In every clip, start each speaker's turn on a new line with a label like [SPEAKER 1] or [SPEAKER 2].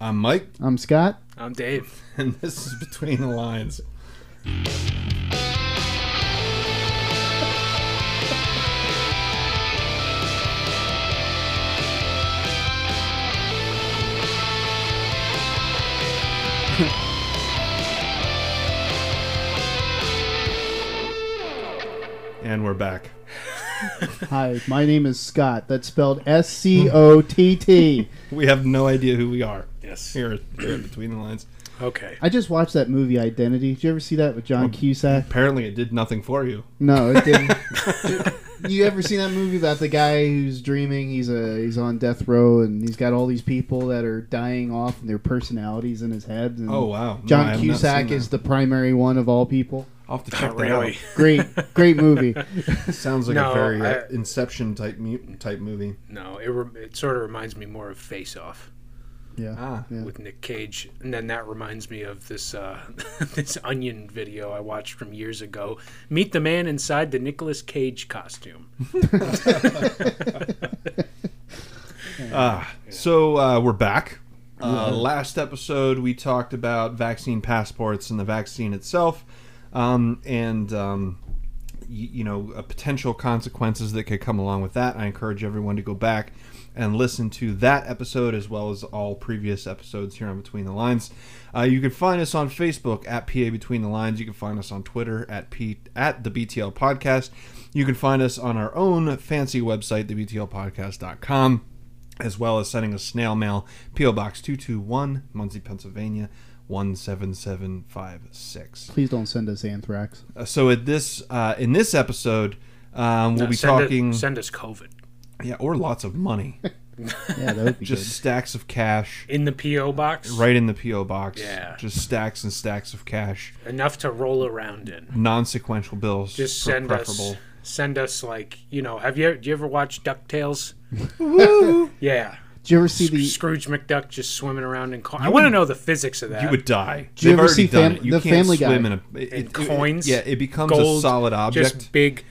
[SPEAKER 1] I'm Mike,
[SPEAKER 2] I'm Scott.
[SPEAKER 3] I'm Dave.
[SPEAKER 1] and this is Between the Lines. and we're back.
[SPEAKER 2] Hi, my name is Scott. That's spelled S C O T T.
[SPEAKER 1] We have no idea who we are
[SPEAKER 3] Yes.
[SPEAKER 1] here, at- here at Between the Lines.
[SPEAKER 3] Okay.
[SPEAKER 2] I just watched that movie Identity. Did you ever see that with John Cusack?
[SPEAKER 1] Apparently, it did nothing for you.
[SPEAKER 2] Mm. No, it didn't. you ever seen that movie about the guy who's dreaming? He's a he's on death row and he's got all these people that are dying off and their personalities in his head. And
[SPEAKER 1] Oh wow, No, I
[SPEAKER 2] John
[SPEAKER 1] have not
[SPEAKER 2] Cusack
[SPEAKER 1] seen
[SPEAKER 2] is
[SPEAKER 1] that.
[SPEAKER 2] the primary one of all people.
[SPEAKER 1] I'll have to check
[SPEAKER 3] Not
[SPEAKER 1] that out.
[SPEAKER 3] really.
[SPEAKER 2] Great, great movie.
[SPEAKER 1] Sounds like a
[SPEAKER 3] No,
[SPEAKER 1] very uh,
[SPEAKER 3] I-
[SPEAKER 1] Inception type mu- type movie.
[SPEAKER 3] No, it, re- it sort of reminds me more of Face Off
[SPEAKER 2] Yeah,
[SPEAKER 1] Ah,
[SPEAKER 2] Yeah.
[SPEAKER 3] with Nick Cage, and then that reminds me of this uh, this Onion video I watched from years ago. Meet the man inside the Nicolas Cage costume.
[SPEAKER 1] ah. So uh, we're back. Uh, Last episode we talked about vaccine passports and the vaccine itself, um, and um, y- you know uh, potential consequences that could come along with that. I encourage everyone to go back and listen to that episode as well as all previous episodes here on Between the Lines. Uh, you can find us on Facebook at PA Between the Lines. You can find us on Twitter at P at the BTL Podcast. You can find us on our own fancy website, thebtlpodcast.com, as well as sending us snail mail, PO Box 221, Muncie, Pennsylvania 17756.
[SPEAKER 2] please don't send us anthrax.
[SPEAKER 1] Uh, so at this uh, in this episode, um, we'll
[SPEAKER 3] No,
[SPEAKER 1] be
[SPEAKER 3] send it-
[SPEAKER 1] talking
[SPEAKER 3] send us COVID
[SPEAKER 1] yeah, or lots of money,
[SPEAKER 2] Yeah, that would be
[SPEAKER 1] just stacks of cash
[SPEAKER 3] in the PO box,
[SPEAKER 1] right in the PO box.
[SPEAKER 3] Yeah.
[SPEAKER 1] just stacks and stacks of cash,
[SPEAKER 3] Enough to roll around in.
[SPEAKER 1] non-sequential bills.
[SPEAKER 3] Just
[SPEAKER 1] pre-
[SPEAKER 3] send us. Send us like you know. Have you? Do you ever watch Ducktales? yeah.
[SPEAKER 2] good. Did you ever see the
[SPEAKER 3] Scrooge McDuck just swimming around in coins. I want to know the physics of that.
[SPEAKER 1] You would die.
[SPEAKER 2] you
[SPEAKER 1] They've
[SPEAKER 2] ever
[SPEAKER 1] already
[SPEAKER 2] see
[SPEAKER 1] done
[SPEAKER 2] Fam-
[SPEAKER 1] it. You
[SPEAKER 2] the
[SPEAKER 1] can't
[SPEAKER 2] Family Guy?
[SPEAKER 1] swim in a it,
[SPEAKER 3] In
[SPEAKER 1] it-
[SPEAKER 3] coins,
[SPEAKER 1] yeah, it becomes a
[SPEAKER 3] gold,
[SPEAKER 1] solid object.
[SPEAKER 3] just big.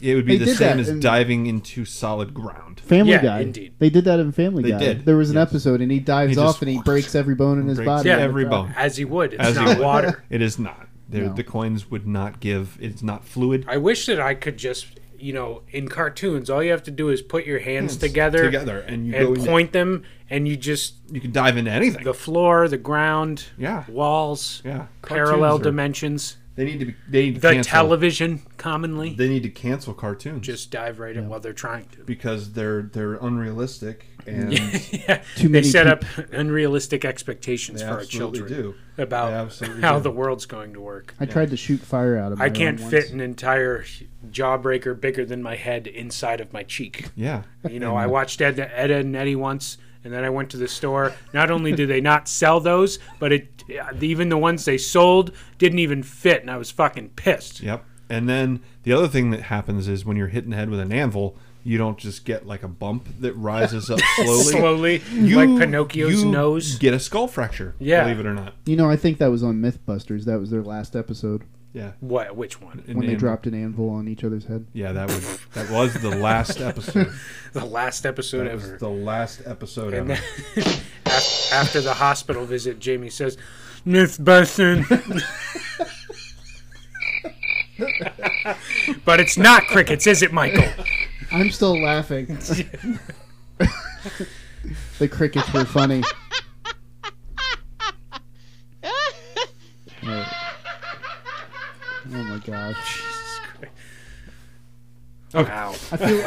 [SPEAKER 1] it would be the
[SPEAKER 2] They did
[SPEAKER 1] same
[SPEAKER 2] that
[SPEAKER 1] as
[SPEAKER 2] in-
[SPEAKER 1] diving into solid ground.
[SPEAKER 2] Family
[SPEAKER 3] Yeah,
[SPEAKER 2] Guy?
[SPEAKER 3] indeed.
[SPEAKER 2] They did that in Family
[SPEAKER 1] They
[SPEAKER 2] Guy.
[SPEAKER 1] did,
[SPEAKER 2] There was an
[SPEAKER 1] yes.
[SPEAKER 2] episode and he dives
[SPEAKER 1] He just-
[SPEAKER 2] off and he breaks every bone in his
[SPEAKER 1] Breaks
[SPEAKER 2] body.
[SPEAKER 3] Yeah.
[SPEAKER 1] every bone.
[SPEAKER 3] As he would. It's
[SPEAKER 1] As he
[SPEAKER 3] not
[SPEAKER 1] would.
[SPEAKER 3] water.
[SPEAKER 1] It is not. They're-
[SPEAKER 2] No.
[SPEAKER 1] The coins would not give. It's not fluid.
[SPEAKER 3] I wish that I could just, you know, in cartoons, all you have to do is put your hands together,
[SPEAKER 1] together, and you go
[SPEAKER 3] and
[SPEAKER 1] into-
[SPEAKER 3] point them, and you just
[SPEAKER 1] You can dive into anything.
[SPEAKER 3] the floor, the ground,
[SPEAKER 1] Yeah.
[SPEAKER 3] walls,
[SPEAKER 1] Yeah,
[SPEAKER 3] parallel
[SPEAKER 1] Cartoons are-
[SPEAKER 3] dimensions,
[SPEAKER 1] They need to be. They need to
[SPEAKER 3] the
[SPEAKER 1] cancel.
[SPEAKER 3] television, commonly.
[SPEAKER 1] they need to cancel cartoons
[SPEAKER 3] just dive right in while they're trying to.
[SPEAKER 1] because they're they're unrealistic and
[SPEAKER 3] yeah,
[SPEAKER 2] Too
[SPEAKER 3] they
[SPEAKER 2] many
[SPEAKER 3] set
[SPEAKER 2] peop-
[SPEAKER 3] up unrealistic expectations
[SPEAKER 1] they
[SPEAKER 3] for our
[SPEAKER 1] absolutely
[SPEAKER 3] children
[SPEAKER 1] do. They
[SPEAKER 3] about
[SPEAKER 1] absolutely
[SPEAKER 3] how
[SPEAKER 1] do.
[SPEAKER 3] the world's going to work.
[SPEAKER 2] I tried to shoot fire out of my
[SPEAKER 3] I can't
[SPEAKER 2] own
[SPEAKER 3] fit
[SPEAKER 2] once.
[SPEAKER 3] an entire jawbreaker bigger than my head inside of my cheek.
[SPEAKER 1] Yeah,
[SPEAKER 3] You know, I watched Ed, Ed, Ed and Eddie once, and then I went to the store. Not only did they not sell those, but it even the ones they sold didn't even fit, and I was fucking pissed.
[SPEAKER 1] yep. And then the other thing that happens is when you're hitting the head with an anvil, you don't just get like a bump that rises up slowly.
[SPEAKER 3] Slowly,
[SPEAKER 1] You-
[SPEAKER 3] like Pinocchio's
[SPEAKER 1] you
[SPEAKER 3] nose.
[SPEAKER 1] Get a skull fracture.
[SPEAKER 3] Yeah.
[SPEAKER 1] believe it or not.
[SPEAKER 2] You know, I think that was on MythBusters. That was their last episode
[SPEAKER 1] Yeah,
[SPEAKER 3] What? Which one?
[SPEAKER 1] An
[SPEAKER 2] when they
[SPEAKER 1] anvil.
[SPEAKER 2] dropped an anvil on each other's head.
[SPEAKER 1] Yeah, that would that was the last episode.
[SPEAKER 3] The last episode
[SPEAKER 1] That was
[SPEAKER 3] ever.
[SPEAKER 1] the last episode
[SPEAKER 3] And
[SPEAKER 1] ever.
[SPEAKER 3] then af- after the hospital visit, Jamie says, "Mythbusting." but it's not crickets, is it, Michael?
[SPEAKER 2] I'm still laughing. the crickets were funny. Right. Oh my gosh!
[SPEAKER 3] Wow.
[SPEAKER 2] I feel,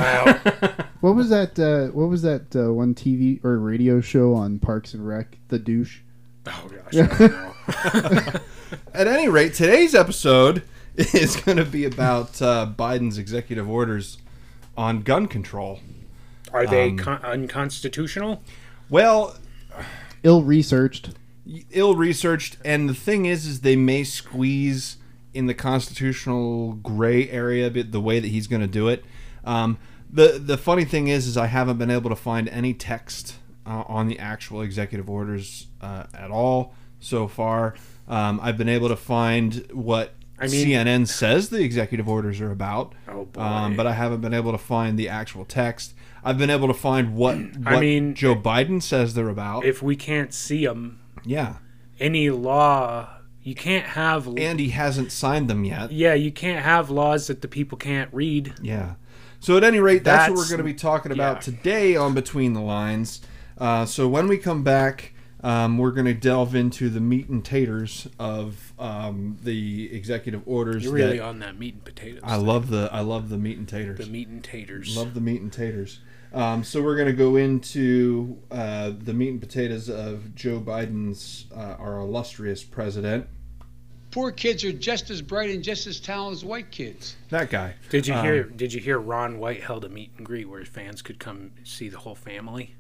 [SPEAKER 3] Wow.
[SPEAKER 2] what was that? Uh, what was that uh, one TV or radio show on Parks and Rec? The douche.
[SPEAKER 3] Oh gosh. I don't know.
[SPEAKER 1] At any rate, today's episode is going to be about uh, Biden's executive orders on gun control.
[SPEAKER 3] Are they
[SPEAKER 1] Um,
[SPEAKER 3] con- unconstitutional?
[SPEAKER 1] Well,
[SPEAKER 2] Ill researched.
[SPEAKER 1] ill researched, and the thing is, is they may squeeze in the constitutional gray area a bit the way that he's going to do it. Um, the the funny thing is, is I haven't been able to find any text uh, on the actual executive orders uh, at all so far. Um, I've been able to find what
[SPEAKER 3] I mean,
[SPEAKER 1] CNN says the executive orders are about.
[SPEAKER 3] Oh, boy.
[SPEAKER 1] Um, but I haven't been able to find the actual text. I've been able to find what, what
[SPEAKER 3] I mean,
[SPEAKER 1] Joe Biden says they're about.
[SPEAKER 3] if we can't see them,
[SPEAKER 1] yeah,
[SPEAKER 3] any law, you can't have.
[SPEAKER 1] and he hasn't signed them yet.
[SPEAKER 3] yeah, you can't have laws that the people can't read.
[SPEAKER 1] Yeah. So at any rate, that's, what
[SPEAKER 3] That's-
[SPEAKER 1] we're going to be talking about
[SPEAKER 3] yeah.
[SPEAKER 1] today on Between the Lines. Uh, so when we come back, um, we're going to delve into the meat and taters of um, the executive orders.
[SPEAKER 3] You're really
[SPEAKER 1] that-
[SPEAKER 3] on that meat and potatoes.
[SPEAKER 1] I love the I love the meat and taters.
[SPEAKER 3] the meat and taters.
[SPEAKER 1] Love the meat and taters. Um, so we're going to go into uh, the meat and potatoes of Joe Biden's uh, our illustrious president.
[SPEAKER 4] Poor kids are just as bright and just as talented as white kids.
[SPEAKER 1] That guy.
[SPEAKER 3] Did you
[SPEAKER 1] Um,
[SPEAKER 3] hear? Did you hear? Ron White held a meet and greet where fans could come see the whole family.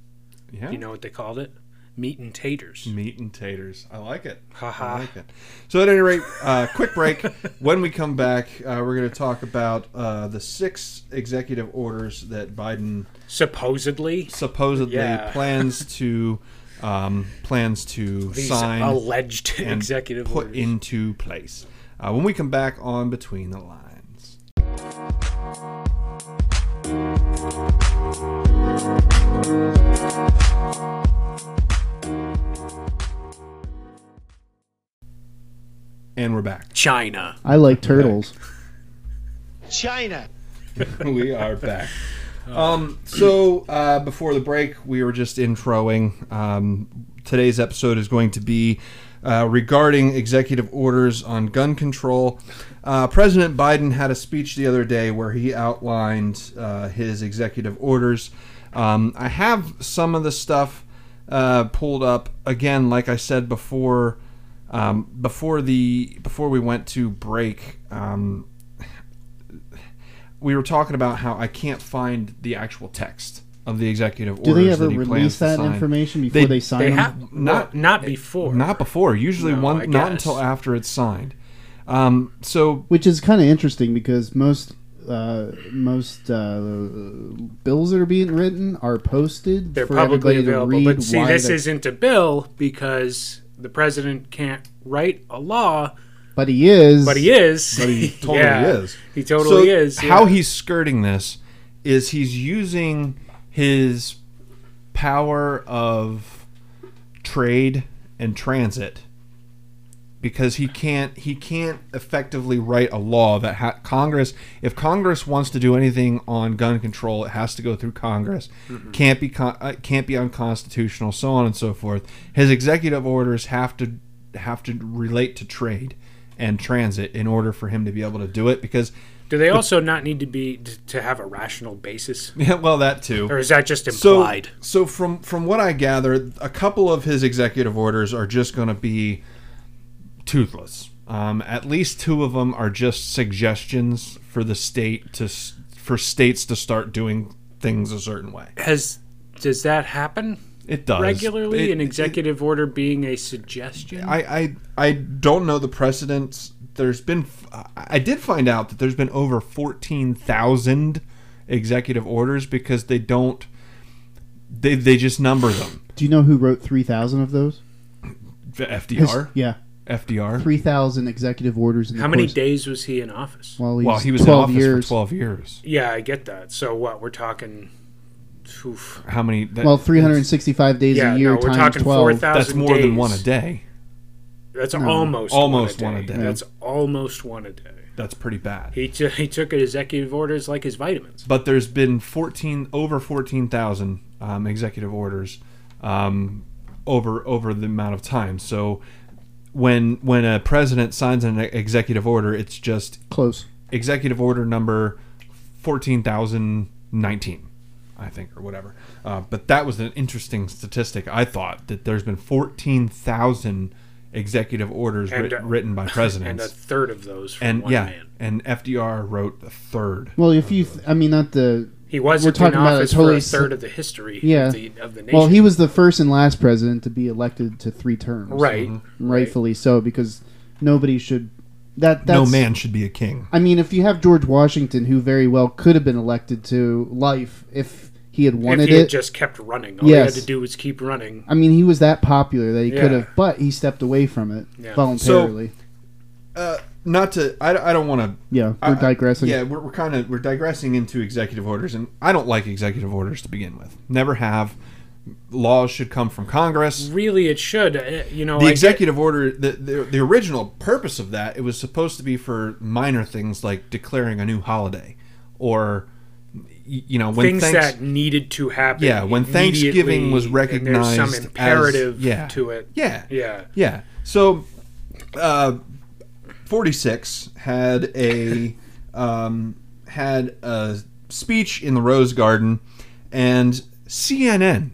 [SPEAKER 1] Yeah.
[SPEAKER 3] You know what they called it? Meat and taters.
[SPEAKER 1] Meat and taters. I like it. I
[SPEAKER 3] Haha.
[SPEAKER 1] like it. So at any rate, uh, quick break. When we come back, uh, we're going to talk about uh, the six executive orders that Biden
[SPEAKER 3] Supposedly,
[SPEAKER 1] supposedly
[SPEAKER 3] Yeah.
[SPEAKER 1] plans to um, plans to
[SPEAKER 3] these
[SPEAKER 1] sign
[SPEAKER 3] alleged
[SPEAKER 1] and
[SPEAKER 3] executive
[SPEAKER 1] put
[SPEAKER 3] orders.
[SPEAKER 1] into place. Uh, when we come back on Between the Lines. And we're back.
[SPEAKER 3] China.
[SPEAKER 2] I like turtles.
[SPEAKER 4] China.
[SPEAKER 1] we are back. Um, so uh, before the break, we were just introing. Um, today's episode is going to be uh, regarding executive orders on gun control. Uh, President Biden had a speech the other day where he outlined uh, his executive orders. Um, I have some of the stuff uh, pulled up again. Like I said before, um, before the before we went to break. Um, we were talking about how I can't find the actual text of the executive
[SPEAKER 2] Do
[SPEAKER 1] orders
[SPEAKER 2] they ever
[SPEAKER 1] that he plans
[SPEAKER 2] release
[SPEAKER 1] to
[SPEAKER 2] that
[SPEAKER 1] sign.
[SPEAKER 2] information before they,
[SPEAKER 1] They-
[SPEAKER 2] sign
[SPEAKER 3] They
[SPEAKER 2] them?
[SPEAKER 3] have
[SPEAKER 1] Not- eh,
[SPEAKER 3] not not before.
[SPEAKER 1] Not before. Usually
[SPEAKER 3] No, I
[SPEAKER 1] one not
[SPEAKER 3] guess.
[SPEAKER 1] until after it's signed. Um, so
[SPEAKER 2] which is kind of interesting because most uh, most uh, bills that are being written are posted
[SPEAKER 3] They're
[SPEAKER 2] for
[SPEAKER 3] probably
[SPEAKER 2] everybody to
[SPEAKER 3] available.
[SPEAKER 2] read.
[SPEAKER 3] But see,
[SPEAKER 2] why
[SPEAKER 3] this
[SPEAKER 2] they-
[SPEAKER 3] isn't a bill because the president can't write a law,
[SPEAKER 2] but he is.
[SPEAKER 3] but he is.
[SPEAKER 1] but he totally
[SPEAKER 3] Yeah.
[SPEAKER 1] is.
[SPEAKER 3] He totally
[SPEAKER 1] So
[SPEAKER 3] is. yeah.
[SPEAKER 1] How he's skirting this is he's using his power of trade and transit because he can't he can't effectively write a law that ha- Congress if Congress wants to do anything on gun control it has to go through Congress
[SPEAKER 3] Mm-hmm.
[SPEAKER 1] can't be con- uh, can't be unconstitutional so on and so forth his executive orders have to have to relate to trade and transit in order for him to be able to do it because
[SPEAKER 3] do they also not need to be t- to have a rational basis,
[SPEAKER 1] yeah, well that too
[SPEAKER 3] or is that just
[SPEAKER 1] so,
[SPEAKER 3] implied?
[SPEAKER 1] So from from what I gather, a couple of his executive orders are just going to be toothless. Um, at least two of them are just suggestions for the state to s- for states to start doing things a certain way.
[SPEAKER 3] Has does that happen
[SPEAKER 1] It does
[SPEAKER 3] regularly?
[SPEAKER 1] It-
[SPEAKER 3] an executive order being a suggestion?
[SPEAKER 1] I, I I don't know the precedents. There's been I did find out that there's been over fourteen thousand executive orders because they don't they they just number them.
[SPEAKER 2] Do you know who wrote three thousand of those? His-
[SPEAKER 1] FDR.
[SPEAKER 2] yeah,
[SPEAKER 1] FDR.
[SPEAKER 2] three thousand executive orders. In
[SPEAKER 3] How
[SPEAKER 2] the
[SPEAKER 3] many
[SPEAKER 2] course-
[SPEAKER 3] days was he in office?
[SPEAKER 2] Well,
[SPEAKER 1] Well, he was in
[SPEAKER 2] twelve
[SPEAKER 1] office
[SPEAKER 2] years.
[SPEAKER 1] for 12 years.
[SPEAKER 3] Yeah, I get that. So what we're talking? Oof.
[SPEAKER 1] How many? That,
[SPEAKER 2] Well, three hundred and sixty-five days
[SPEAKER 3] Yeah,
[SPEAKER 2] a year
[SPEAKER 3] no, we're
[SPEAKER 2] times
[SPEAKER 3] talking four
[SPEAKER 2] twelve.
[SPEAKER 3] thousand.
[SPEAKER 1] That's more than one a day.
[SPEAKER 3] That's almost
[SPEAKER 1] Almost
[SPEAKER 3] one a
[SPEAKER 1] one a
[SPEAKER 3] day.
[SPEAKER 1] day.
[SPEAKER 3] That's almost one a day.
[SPEAKER 1] That's pretty bad.
[SPEAKER 3] He t- he took executive orders like his vitamins.
[SPEAKER 1] But there's been 14 over 14,000 um, executive orders um, over over the amount of time. So when when a president signs an executive order, it's just
[SPEAKER 2] Close.
[SPEAKER 1] executive order number 14,019, I think, or whatever. Uh, but that was an interesting statistic, I thought, that there's been 14,000 executive orders
[SPEAKER 3] And,
[SPEAKER 1] writ-
[SPEAKER 3] uh,
[SPEAKER 1] written by
[SPEAKER 3] And a
[SPEAKER 1] presidents.
[SPEAKER 3] third of those from
[SPEAKER 1] And,
[SPEAKER 3] one
[SPEAKER 1] yeah,
[SPEAKER 3] man.
[SPEAKER 1] and FDR wrote a third.
[SPEAKER 2] Well, if you, th- I mean, not the.
[SPEAKER 3] He was
[SPEAKER 2] We're
[SPEAKER 3] in
[SPEAKER 2] talking about a
[SPEAKER 3] office
[SPEAKER 2] totally
[SPEAKER 3] for a third of the history
[SPEAKER 2] Yeah.
[SPEAKER 3] of, the, of the nation.
[SPEAKER 2] Well, he was the first and last president to be elected to three terms.
[SPEAKER 3] right.
[SPEAKER 2] Mm-hmm. rightfully so because nobody should that that's,
[SPEAKER 1] no man should be a king.
[SPEAKER 2] I mean, if you have George Washington, who very well could have been elected to life if he had
[SPEAKER 3] If
[SPEAKER 2] wanted
[SPEAKER 3] he had
[SPEAKER 2] it.
[SPEAKER 3] just kept running, all
[SPEAKER 2] Yes.
[SPEAKER 3] he had to do was keep running.
[SPEAKER 2] I mean, he was that popular that he could
[SPEAKER 3] Yeah.
[SPEAKER 2] have, but he stepped away from it
[SPEAKER 3] Yeah.
[SPEAKER 2] voluntarily.
[SPEAKER 1] not to I, I don't want to
[SPEAKER 2] Yeah,
[SPEAKER 1] I-
[SPEAKER 2] we're digressing.
[SPEAKER 1] yeah we're, we're kind of we're digressing into executive orders and i don't like executive orders to begin with never have laws should come from congress
[SPEAKER 3] Really, it should. uh, You know,
[SPEAKER 1] the
[SPEAKER 3] I get-
[SPEAKER 1] executive order the, the the original purpose of that it was supposed to be for minor things like declaring a new holiday or y- you know when
[SPEAKER 3] things
[SPEAKER 1] thanks-
[SPEAKER 3] that needed to happen.
[SPEAKER 1] Yeah, when Thanksgiving was
[SPEAKER 3] immediately, and there's
[SPEAKER 1] recognized as-
[SPEAKER 3] some imperative
[SPEAKER 1] yeah.
[SPEAKER 3] to it.
[SPEAKER 1] yeah
[SPEAKER 3] Yeah.
[SPEAKER 1] Yeah. So, uh, forty six had a um, had a speech in the Rose Garden, and CNN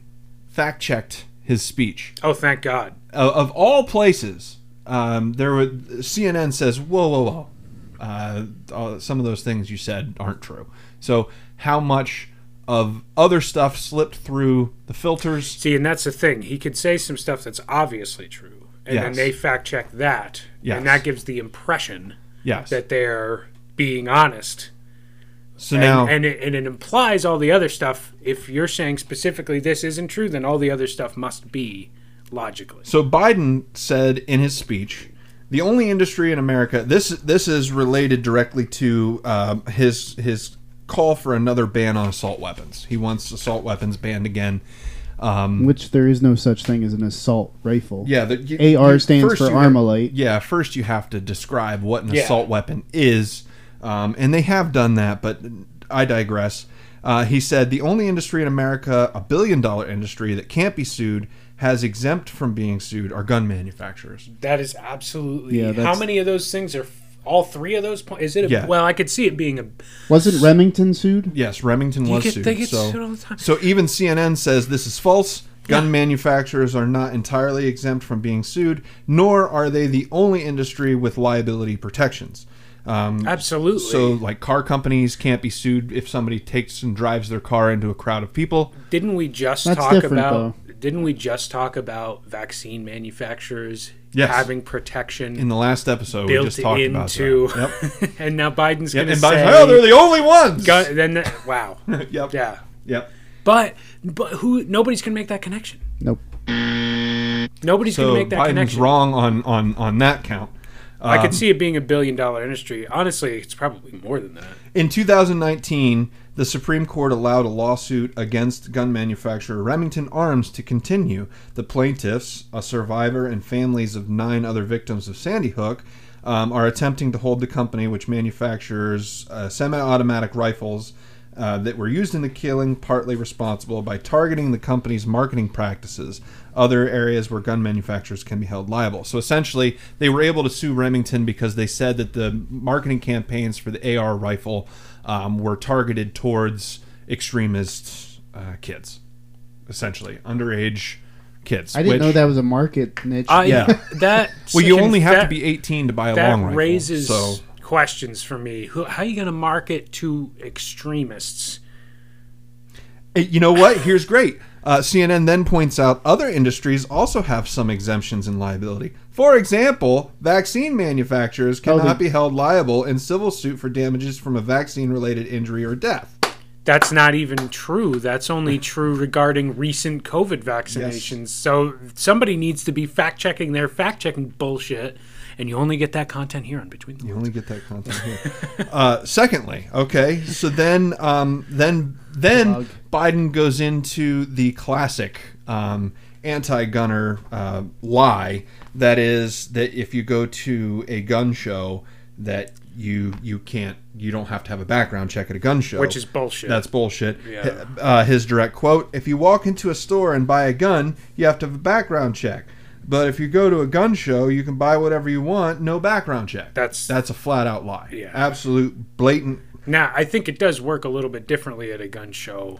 [SPEAKER 1] fact checked his speech.
[SPEAKER 3] Oh, thank God.
[SPEAKER 1] Of of all places, um, there were CNN says, "Whoa, whoa, whoa." Uh, uh, some of those things you said aren't true. So, how much of other stuff slipped through the filters?
[SPEAKER 3] See, and that's the thing. He could say some stuff that's obviously true, and then
[SPEAKER 1] Yes.
[SPEAKER 3] they fact check that,
[SPEAKER 1] Yes.
[SPEAKER 3] and that gives the impression
[SPEAKER 1] Yes.
[SPEAKER 3] that they're being honest.
[SPEAKER 1] so
[SPEAKER 3] And,
[SPEAKER 1] now,
[SPEAKER 3] and, it, and it implies all the other stuff. If you're saying specifically this isn't true, then all the other stuff must be logically.
[SPEAKER 1] So Biden said in his speech, the only industry in America this this is related directly to um, his his call for another ban on assault weapons. He wants assault weapons banned again. Um,
[SPEAKER 2] Which there is no such thing as an assault rifle.
[SPEAKER 1] yeah, the, you-
[SPEAKER 2] AR
[SPEAKER 1] you-
[SPEAKER 2] stands
[SPEAKER 1] first
[SPEAKER 2] for
[SPEAKER 1] you have-
[SPEAKER 2] Armalite.
[SPEAKER 1] yeah, first you have to describe what an
[SPEAKER 3] Yeah.
[SPEAKER 1] assault weapon is, um, and they have done that, but I digress. Uh, he said the only industry in America, a billion dollar industry that can't be sued, has exempt from being sued are gun manufacturers.
[SPEAKER 3] That is absolutely.
[SPEAKER 2] Yeah,
[SPEAKER 3] how
[SPEAKER 2] that's-
[SPEAKER 3] many of those things are? f- All three of those? po- Is it? A,
[SPEAKER 1] Yeah.
[SPEAKER 3] Well, I could see it being a.
[SPEAKER 2] Wasn't Remington sued?
[SPEAKER 1] Yes, Remington was
[SPEAKER 3] get-
[SPEAKER 1] sued.
[SPEAKER 3] they get
[SPEAKER 1] so,
[SPEAKER 3] sued all the time.
[SPEAKER 1] so even CNN says this is false. Gun manufacturers are not entirely exempt from being sued, nor are they the only industry with liability protections. Um,
[SPEAKER 3] Absolutely.
[SPEAKER 1] so, like car companies can't be sued if somebody takes and drives their car into a crowd of people.
[SPEAKER 3] Didn't we just
[SPEAKER 2] That's
[SPEAKER 3] talk
[SPEAKER 2] different,
[SPEAKER 3] about? Didn't we just talk about vaccine manufacturers
[SPEAKER 1] Yes.
[SPEAKER 3] having protection
[SPEAKER 1] In the last episode, we
[SPEAKER 3] built
[SPEAKER 1] just talked about
[SPEAKER 3] into?
[SPEAKER 1] that. Yep.
[SPEAKER 3] and now Biden's
[SPEAKER 1] Yep,
[SPEAKER 3] going to
[SPEAKER 1] and
[SPEAKER 3] say,
[SPEAKER 1] by oh, they're the only ones.
[SPEAKER 3] gun, then the- wow,
[SPEAKER 1] yep.
[SPEAKER 3] yeah,
[SPEAKER 1] Yep.
[SPEAKER 3] but but who? Nobody's going to make that connection.
[SPEAKER 2] Nope.
[SPEAKER 3] Nobody's
[SPEAKER 1] So
[SPEAKER 3] going to make that
[SPEAKER 1] Biden's
[SPEAKER 3] connection.
[SPEAKER 1] wrong on on on that count.
[SPEAKER 3] I
[SPEAKER 1] Um,
[SPEAKER 3] could see it being a billion dollar industry. Honestly, it's probably more than that.
[SPEAKER 1] In 2019, the Supreme Court allowed a lawsuit against gun manufacturer Remington Arms to continue. The plaintiffs, a survivor and families of nine other victims of Sandy Hook, um, are attempting to hold the company which manufactures uh, semi automatic rifles uh, that were used in the killing partly responsible by targeting the company's marketing practices, other areas where gun manufacturers can be held liable. So essentially, they were able to sue Remington because they said that the marketing campaigns for the AR rifle um, were targeted towards extremist uh, kids, essentially underage kids.
[SPEAKER 2] I didn't
[SPEAKER 1] which-
[SPEAKER 2] know that was a market niche.
[SPEAKER 3] I,
[SPEAKER 1] Yeah.
[SPEAKER 3] that
[SPEAKER 1] Well, you only have to
[SPEAKER 3] that-
[SPEAKER 1] be 18 to buy a
[SPEAKER 3] that
[SPEAKER 1] long rifle.
[SPEAKER 3] raises
[SPEAKER 1] so
[SPEAKER 3] questions for me. Who, how are you going to market to extremists?
[SPEAKER 1] Uh, You know what? Here's great. Uh, CNN then points out other industries also have some exemptions in liability. For example, vaccine manufacturers
[SPEAKER 2] Oh,
[SPEAKER 1] cannot
[SPEAKER 2] the-
[SPEAKER 1] be held liable in civil suit for damages from a vaccine related injury or death.
[SPEAKER 3] That's not even true. That's only true regarding recent COVID vaccinations. So somebody needs to be fact checking their fact checking bullshit, and you only get that content here on Between the
[SPEAKER 1] You
[SPEAKER 3] Lines.
[SPEAKER 1] only get that content here. uh, secondly, okay, so then um, then then
[SPEAKER 2] Plug.
[SPEAKER 1] Biden goes into the classic um, anti-gunner uh, lie that is that if you go to a gun show that you you can't you don't have to have a background check at a gun show,
[SPEAKER 3] Which is bullshit.
[SPEAKER 1] That's bullshit.
[SPEAKER 3] Yeah.
[SPEAKER 1] Uh, his direct quote: "If you walk into a store and buy a gun, you have to have a background check." But if you go to a gun show, you can buy whatever you want, no background check.
[SPEAKER 3] That's-
[SPEAKER 1] That's a flat out lie.
[SPEAKER 3] Yeah.
[SPEAKER 1] Absolute blatant.
[SPEAKER 3] Now, I think it does work a little bit differently at a gun show,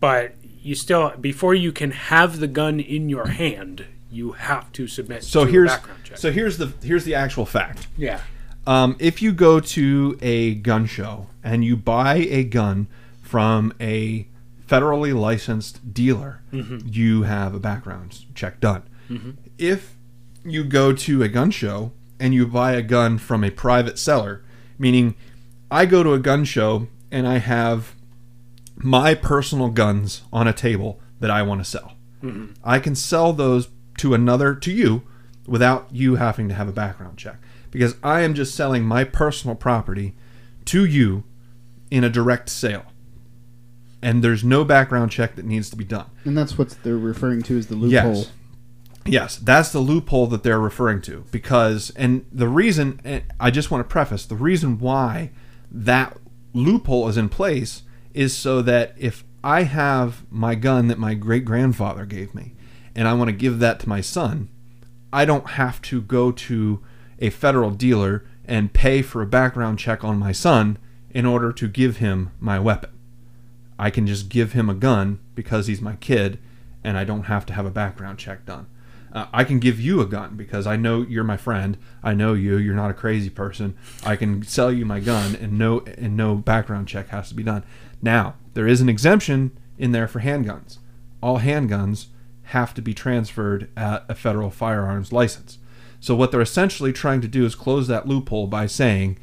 [SPEAKER 3] but you still before you can have the gun in your hand, you have to submit
[SPEAKER 1] So
[SPEAKER 3] to
[SPEAKER 1] here's
[SPEAKER 3] a background check.
[SPEAKER 1] so here's the here's the actual fact.
[SPEAKER 3] yeah.
[SPEAKER 1] Um, if you go to a gun show and you buy a gun from a federally licensed dealer, you have a background check done. If you go to a gun show and you buy a gun from a private seller, meaning I go to a gun show and I have my personal guns on a table that I want to sell. I can sell those to another, to you, without you having to have a background check. because I am just selling my personal property to you in a direct sale. And there's no background check that needs to be done.
[SPEAKER 2] And that's what they're referring to as the loophole.
[SPEAKER 1] Yes. Yes, that's the loophole that they're referring to because, and the reason, and I just want to preface the reason why that loophole is in place is so that if I have my gun that my great grandfather gave me and I want to give that to my son, I don't have to go to a federal dealer and pay for a background check on my son in order to give him my weapon. I can just give him a gun because he's my kid and I don't have to have a background check done. Uh, I can give you a gun because I know you're my friend. I know you. You're not a crazy person. I can sell you my gun and no and no background check has to be done. Now, there is an exemption in there for handguns. All handguns have to be transferred at a federal firearms license. So what they're essentially trying to do is close that loophole by saying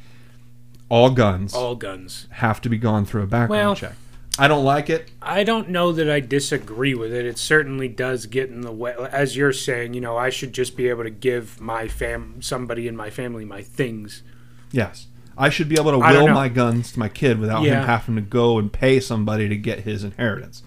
[SPEAKER 1] all guns
[SPEAKER 3] All guns.
[SPEAKER 1] have to be gone through a background
[SPEAKER 3] Well-
[SPEAKER 1] check. I don't like it.
[SPEAKER 3] I don't know that I disagree with it. It certainly does get in the way, as you're saying. You know, I should just be able to give my fam, somebody in my family, my things.
[SPEAKER 1] Yes. I should be able to
[SPEAKER 3] I don't
[SPEAKER 1] will
[SPEAKER 3] know.
[SPEAKER 1] my guns to my kid without him
[SPEAKER 3] Yeah.
[SPEAKER 1] having to go and pay somebody to get his inheritance.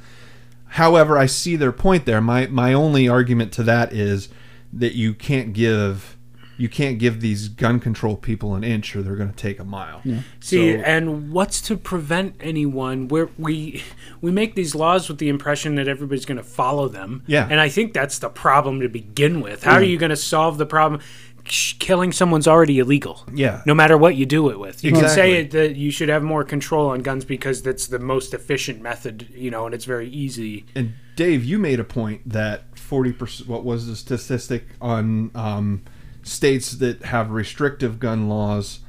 [SPEAKER 1] However, I see their point there. My my only argument to that is that you can't give you can't give these gun control people an inch or they're going to take a mile.
[SPEAKER 3] See,
[SPEAKER 1] So-
[SPEAKER 3] and what's to prevent anyone? Where we we make these laws with the impression that everybody's going to follow them.
[SPEAKER 1] Yeah. Mm.
[SPEAKER 3] and I think that's the problem to begin with. How are you going to solve the problem? Sh- Killing someone's already illegal.
[SPEAKER 1] Yeah.
[SPEAKER 3] No matter what you do it with, you can
[SPEAKER 1] Exactly.
[SPEAKER 3] say it, that you should have more control on guns because that's the most efficient method, you know, and it's very easy.
[SPEAKER 1] And Dave, you made a point that 40% what was the statistic on um, states that have restrictive gun laws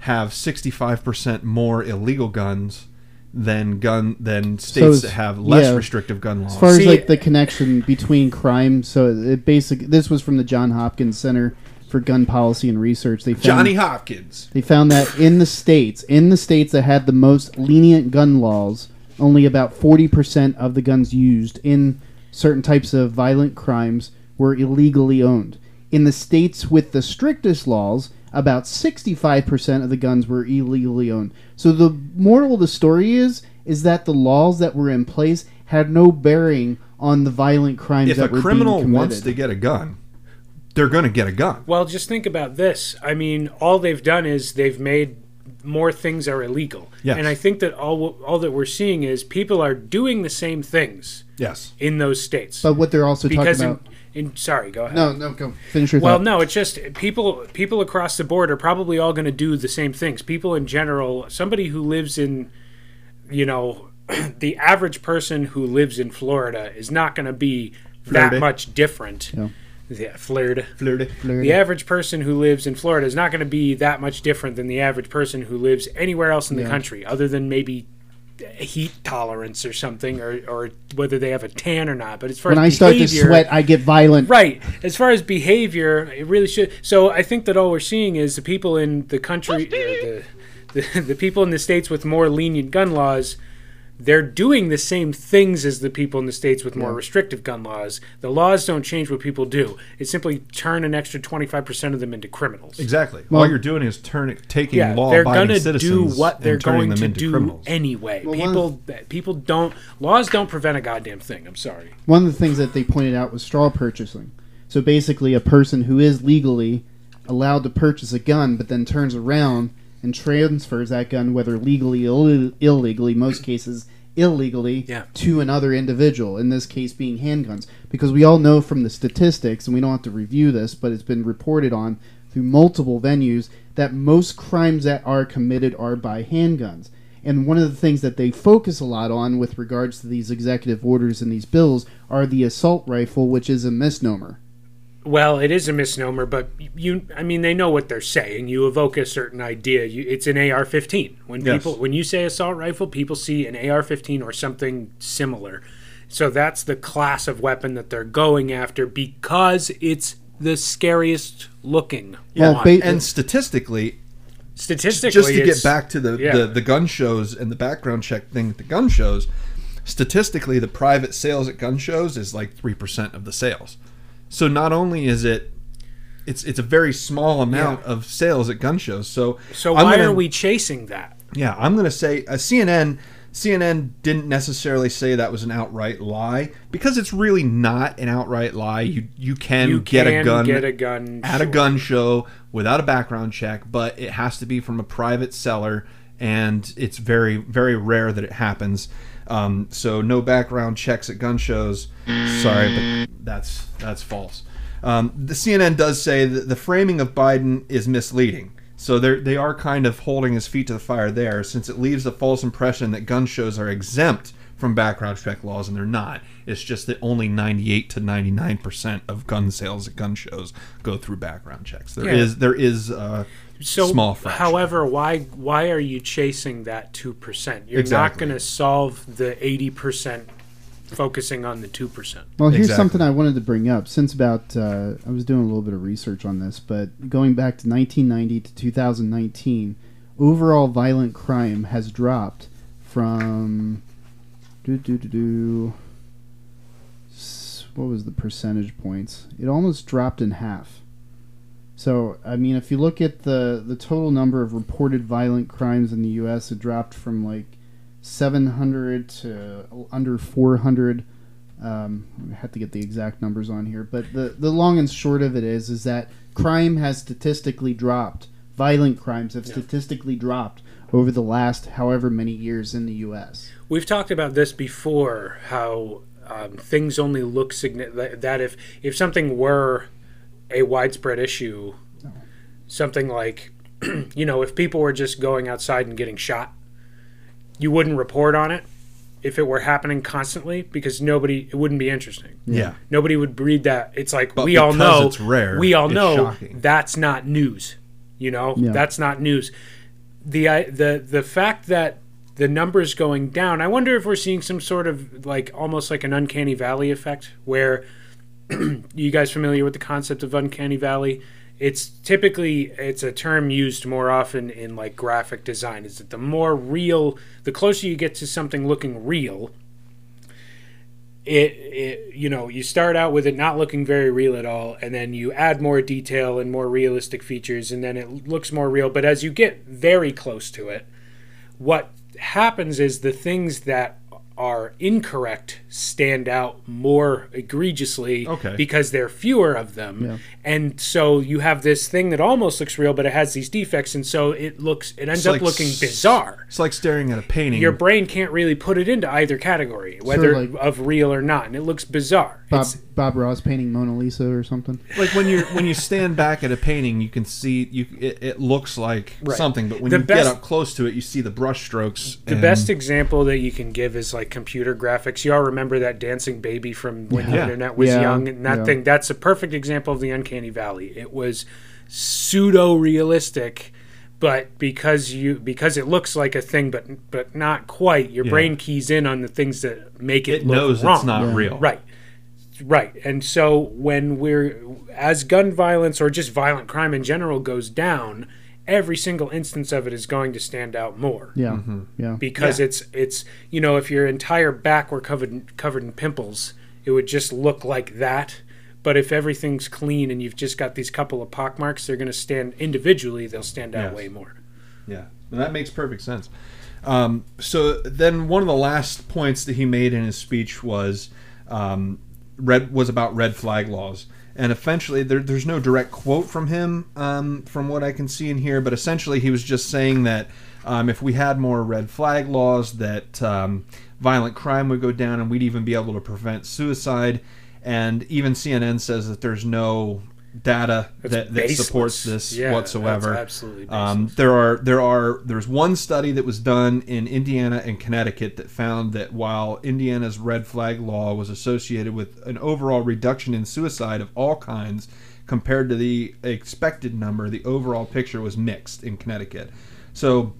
[SPEAKER 1] have 65% more illegal guns than gun than states
[SPEAKER 2] it's-
[SPEAKER 1] that have less
[SPEAKER 2] yeah.
[SPEAKER 1] restrictive gun laws.
[SPEAKER 2] As far as
[SPEAKER 3] See-
[SPEAKER 2] like the connection between crime, so it basically this was from the John Hopkins Center for Gun Policy and Research. They found,
[SPEAKER 1] Johnny Hopkins.
[SPEAKER 2] They found that in the states, in the states that had the most lenient gun laws, only about 40% of the guns used in certain types of violent crimes were illegally owned. In the states with the strictest laws, about 65% of the guns were illegally owned. So the moral of the story is is that the laws that were in place had no bearing on the violent crimes
[SPEAKER 1] If a
[SPEAKER 2] that were
[SPEAKER 1] criminal
[SPEAKER 2] being
[SPEAKER 1] wants
[SPEAKER 2] committed.
[SPEAKER 1] to get a gun, they're going to get a gun.
[SPEAKER 3] Well, just think about this. I mean, all they've done is they've made more things are illegal.
[SPEAKER 1] Yes.
[SPEAKER 3] And I think that all all that we're seeing is people are doing the same things
[SPEAKER 1] Yes.
[SPEAKER 3] in those states.
[SPEAKER 2] but what they're also talking
[SPEAKER 3] because in,
[SPEAKER 2] about
[SPEAKER 3] in sorry, go ahead.
[SPEAKER 2] No, no, go. Finish your
[SPEAKER 3] Well,
[SPEAKER 2] thought.
[SPEAKER 3] no, it's just people people across the board are probably all going to do the same things. People in general, somebody who lives in you know, the average person who lives in Florida is not going to be
[SPEAKER 1] Florida.
[SPEAKER 3] that much different.
[SPEAKER 2] No.
[SPEAKER 3] Yeah, Florida.
[SPEAKER 1] Flirty.
[SPEAKER 3] The average person who lives in Florida is not going to be that much different than the average person who lives anywhere else in the
[SPEAKER 2] Yeah.
[SPEAKER 3] country, other than maybe heat tolerance or something, or, or whether they have a tan or not. But as far
[SPEAKER 2] when
[SPEAKER 3] as
[SPEAKER 2] I start to
[SPEAKER 3] behavior-
[SPEAKER 2] sweat, I get violent.
[SPEAKER 3] right? As far as behavior, it really should. So I think that all we're seeing is the people in the country, or the, the the people in the states with more lenient gun laws. They're doing the same things as the people in the states with more restrictive gun laws. The laws don't change what people do. It simply turn an extra twenty five percent of them into criminals.
[SPEAKER 1] Exactly. All
[SPEAKER 2] Well-
[SPEAKER 1] you're doing is turning taking
[SPEAKER 3] Yeah,
[SPEAKER 1] law
[SPEAKER 3] they're
[SPEAKER 1] abiding
[SPEAKER 3] gonna
[SPEAKER 1] citizens
[SPEAKER 3] do what they're
[SPEAKER 1] and turning
[SPEAKER 3] going
[SPEAKER 1] them
[SPEAKER 3] to
[SPEAKER 1] into
[SPEAKER 3] do
[SPEAKER 1] criminals.
[SPEAKER 3] anyway.
[SPEAKER 2] Well, one
[SPEAKER 3] people people don't laws don't prevent a goddamn thing. I'm sorry.
[SPEAKER 2] One of the things that they pointed out was straw purchasing. So basically, a person who is legally allowed to purchase a gun, but then turns around and transfers that gun, whether legally Ill- illegally, most cases illegally,
[SPEAKER 3] Yeah.
[SPEAKER 2] to another individual. In this case, being handguns, because we all know from the statistics, and we don't have to review this, but it's been reported on through multiple venues that most crimes that are committed are by handguns. And one of the things that they focus a lot on with regards to these executive orders and these bills are the assault rifle, which is a misnomer.
[SPEAKER 3] Well, it is a misnomer, but you I mean they know what they're saying. You evoke a certain idea. You, it's an AR-15. When
[SPEAKER 1] Yes.
[SPEAKER 3] people when you say assault rifle, people see an AR-15 or something similar. So that's the class of weapon that they're going after because it's the scariest looking
[SPEAKER 2] Yeah,
[SPEAKER 3] one.
[SPEAKER 2] ba-
[SPEAKER 1] And statistically,
[SPEAKER 3] Statistically,
[SPEAKER 1] just to get
[SPEAKER 3] it's-
[SPEAKER 1] back to the,
[SPEAKER 3] yeah.
[SPEAKER 1] the, the gun shows and the background check thing at the gun shows, statistically, the private sales at gun shows is like 3% of the sales. So not only is it it's it's a very small amount of sales at gun shows. So
[SPEAKER 3] So
[SPEAKER 1] I'm
[SPEAKER 3] why
[SPEAKER 1] gonna-
[SPEAKER 3] are we chasing that?
[SPEAKER 1] Yeah, I'm going to say uh, CNN. CNN didn't necessarily say that was an outright lie because it's really not an outright lie. You you can
[SPEAKER 3] You
[SPEAKER 1] get
[SPEAKER 3] can
[SPEAKER 1] a gun
[SPEAKER 3] get a gun
[SPEAKER 1] at a
[SPEAKER 3] sure.
[SPEAKER 1] gun show without a background check, but it has to be from a private seller, and it's very very rare that it happens. Um, so no background checks at gun shows. Sorry, but that's that's false. Um, the CNN does say that the framing of Biden is misleading. So they they are kind of holding his feet to the fire there, since it leaves the false impression that gun shows are exempt from background check laws, and they're not. It's just that only 98 to 99 percent of gun sales at gun shows go through background checks. There
[SPEAKER 3] Yeah.
[SPEAKER 1] is there is uh, a
[SPEAKER 3] So,
[SPEAKER 1] small fraction.
[SPEAKER 3] however, why why are you chasing that two percent? You're
[SPEAKER 1] Exactly.
[SPEAKER 3] not going to solve the eighty percent focusing on the two percent.
[SPEAKER 2] Well, here's
[SPEAKER 1] Exactly.
[SPEAKER 2] something I wanted to bring up. Since about, uh, I was doing a little bit of research on this, but going back to 1990 to 2019, overall violent crime has dropped from. Do, do, do, do, s- what was the percentage points? It almost dropped in half. So, I mean, if you look at the, the total number of reported violent crimes in the U.S., it dropped from like 700 to under 400 um, I have to get the exact numbers on here, but the, the long and short of it is is that crime has statistically dropped. Violent crimes have statistically dropped over the last however many years in the U.S.
[SPEAKER 3] We've talked about this before. How um, things only look significant. That if if something were a widespread issue, something like you know, if people were just going outside and getting shot, you wouldn't report on it if it were happening constantly because nobody it wouldn't be interesting.
[SPEAKER 1] yeah.
[SPEAKER 3] Nobody would read that. It's like
[SPEAKER 1] But
[SPEAKER 3] we all
[SPEAKER 1] because
[SPEAKER 3] know
[SPEAKER 1] it's rare,
[SPEAKER 3] We all
[SPEAKER 1] it's
[SPEAKER 3] know
[SPEAKER 1] shocking.
[SPEAKER 3] that's not news. You know,
[SPEAKER 2] Yeah.
[SPEAKER 3] that's not news. The I the the fact that the numbers going down. I wonder if we're seeing some sort of like almost like an uncanny valley effect where you guys familiar with the concept of uncanny valley? It's typically it's a term used more often in like graphic design is that the more real the closer you get to something looking real, it, it you know you start out with it not looking very real at all and then you add more detail and more realistic features and then it looks more real but as you get very close to it what happens is the things that are incorrect stand out more egregiously
[SPEAKER 1] Okay.
[SPEAKER 3] because there are fewer of them
[SPEAKER 2] Yeah.
[SPEAKER 3] and so you have this thing that almost looks real but it has these defects and so it looks it ends
[SPEAKER 1] It's
[SPEAKER 3] up
[SPEAKER 1] like
[SPEAKER 3] looking
[SPEAKER 1] s-
[SPEAKER 3] bizarre
[SPEAKER 1] It's like staring at a painting.
[SPEAKER 3] your brain can't really put it into either category, whether
[SPEAKER 2] like-
[SPEAKER 3] of real or not, and it looks bizarre.
[SPEAKER 2] Bob,
[SPEAKER 3] It's-
[SPEAKER 2] Bob Ross painting Mona Lisa or something.
[SPEAKER 1] like when you when you stand back at a painting, you can see you it, it looks like
[SPEAKER 3] Right.
[SPEAKER 1] something, but when
[SPEAKER 3] The
[SPEAKER 1] you
[SPEAKER 3] best-
[SPEAKER 1] get up close to it, you see the brush strokes.
[SPEAKER 3] the best example that you can give is like computer graphics. You all remember that dancing baby from when the
[SPEAKER 1] Yeah.
[SPEAKER 3] internet was
[SPEAKER 2] Yeah.
[SPEAKER 3] young, and that
[SPEAKER 2] Yeah.
[SPEAKER 3] thing. That's a perfect example of the uncanny valley. It was pseudo realistic. But because you because it looks like a thing, but but not quite, your
[SPEAKER 1] Yeah.
[SPEAKER 3] brain keys in on the things that make it,
[SPEAKER 1] it
[SPEAKER 3] look
[SPEAKER 1] knows
[SPEAKER 3] wrong.
[SPEAKER 1] it's not
[SPEAKER 2] Yeah.
[SPEAKER 1] real.
[SPEAKER 3] Right. Right. And so when we're as gun violence or just violent crime in general goes down, every single instance of it is going to stand out more.
[SPEAKER 2] Yeah, yeah.
[SPEAKER 3] Because it's it's you know, if your entire back were covered in, covered in pimples, it would just look like that. But if everything's clean and you've just got these couple of pockmarks, they're going to stand individually. They'll stand out
[SPEAKER 1] Yes.
[SPEAKER 3] way more.
[SPEAKER 1] Yeah, and that makes perfect sense. Um, so then, one of the last points that he made in his speech was um, red was about red flag laws, and essentially there, there's no direct quote from him um, from what I can see in here, but essentially he was just saying that um, if we had more red flag laws, that um, violent crime would go down, and we'd even be able to prevent suicide. And even CNN says that there's no data
[SPEAKER 3] It's
[SPEAKER 1] that, that supports
[SPEAKER 3] baseless.
[SPEAKER 1] this
[SPEAKER 3] Yeah, that's
[SPEAKER 1] whatsoever.
[SPEAKER 3] absolutely baseless.
[SPEAKER 1] Um, there are there are there's one study that was done in Indiana and Connecticut that found that while Indiana's red flag law was associated with an overall reduction in suicide of all kinds compared to the expected number, the overall picture was mixed in Connecticut. So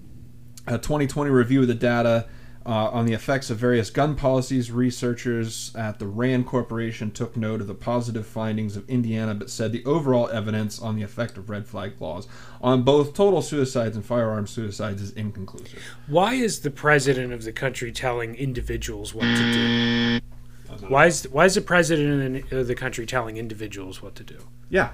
[SPEAKER 1] a 2020 review of the data uh, on the effects of various gun policies, researchers at the RAND Corporation took note of the positive findings of Indiana, but said the overall evidence on the effect of red flag laws on both total suicides and firearm suicides is inconclusive.
[SPEAKER 3] Why is the president of the country telling individuals what to do? Why is why is the president in- of the country telling individuals what to do?
[SPEAKER 1] Yeah,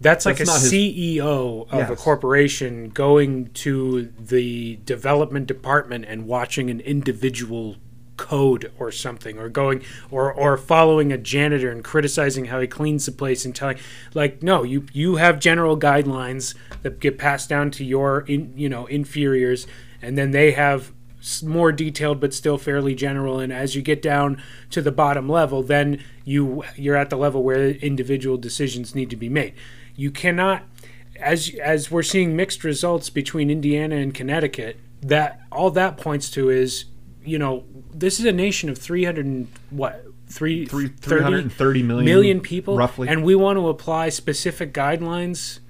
[SPEAKER 3] That's like
[SPEAKER 1] That's not
[SPEAKER 3] a
[SPEAKER 1] his-
[SPEAKER 3] CEO E of a
[SPEAKER 1] Yes.
[SPEAKER 3] corporation going to the development department and watching an individual code or something or going or or following a janitor and criticizing how he cleans the place and telling like no you you have general guidelines that get passed down to your in, you know inferiors and then they have s- more detailed but still fairly general and as you get down to the bottom level then you you're at the level where individual decisions need to be made you cannot as as we're seeing mixed results between Indiana and Connecticut that all that points to is you know this is a nation of 300 and what three,
[SPEAKER 1] Three,
[SPEAKER 3] 30
[SPEAKER 1] 330 million,
[SPEAKER 3] million people
[SPEAKER 1] roughly.
[SPEAKER 3] and we want to apply specific guidelines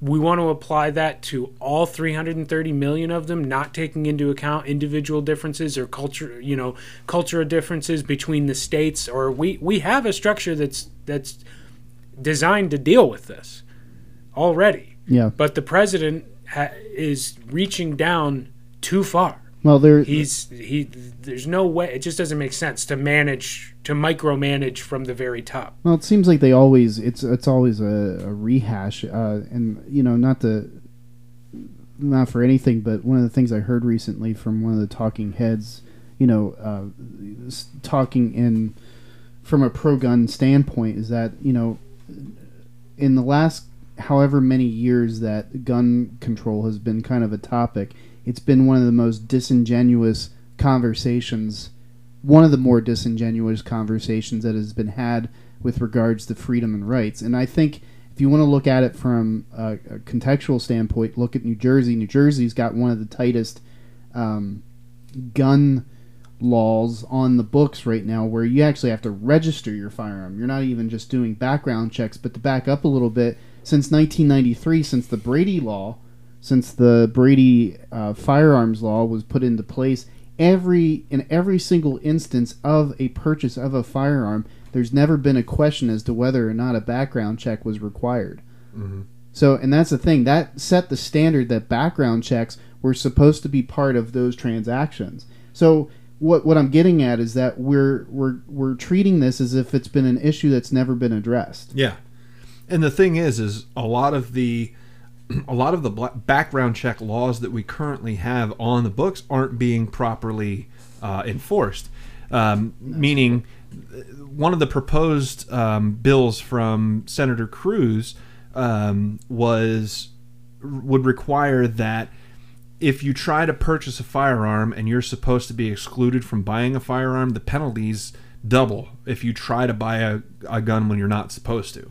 [SPEAKER 3] we want to apply that to all 330 million of them not taking into account individual differences or culture you know cultural differences between the states or we we have a structure that's that's designed to deal with this already
[SPEAKER 2] Yeah.
[SPEAKER 3] but the president ha- is reaching down too far
[SPEAKER 2] Well, there.
[SPEAKER 3] he's he there's no way it just doesn't make sense to manage to micromanage from the very top
[SPEAKER 2] Well, it seems like they always it's it's always a, a rehash, uh, and you know, not to not for anything, but one of the things I heard recently from one of the talking heads, you know, uh, s- talking in from a pro gun standpoint, is that you know, in the last however many years that gun control has been kind of a topic, it's been one of the most disingenuous conversations, one of the more disingenuous conversations that has been had with regards to freedom and rights. And I think if you want to look at it from a, a contextual standpoint, look at New Jersey. New Jersey's got one of the tightest um, gun laws on the books right now where you actually have to register your firearm. You're not even just doing background checks, but to back up a little bit, since 1993, since the Brady law, since the Brady uh, firearms law was put into place, every in every single instance of a purchase of a firearm, there's never been a question as to whether or not a background check was required. So, and that's the thing that set the standard that background checks were supposed to be part of those transactions. So, what what I'm getting at is that we're we're we're treating this as if it's been an issue that's never been addressed.
[SPEAKER 1] Yeah, and the thing is, is a lot of the a lot of the bla- background check laws that we currently have on the books aren't being properly uh, enforced. Um, meaning, uh, one of the proposed um, bills from Senator Cruz um, was would require that if you try to purchase a firearm and you're supposed to be excluded from buying a firearm, the penalties double if you try to buy a, a gun when you're not supposed to.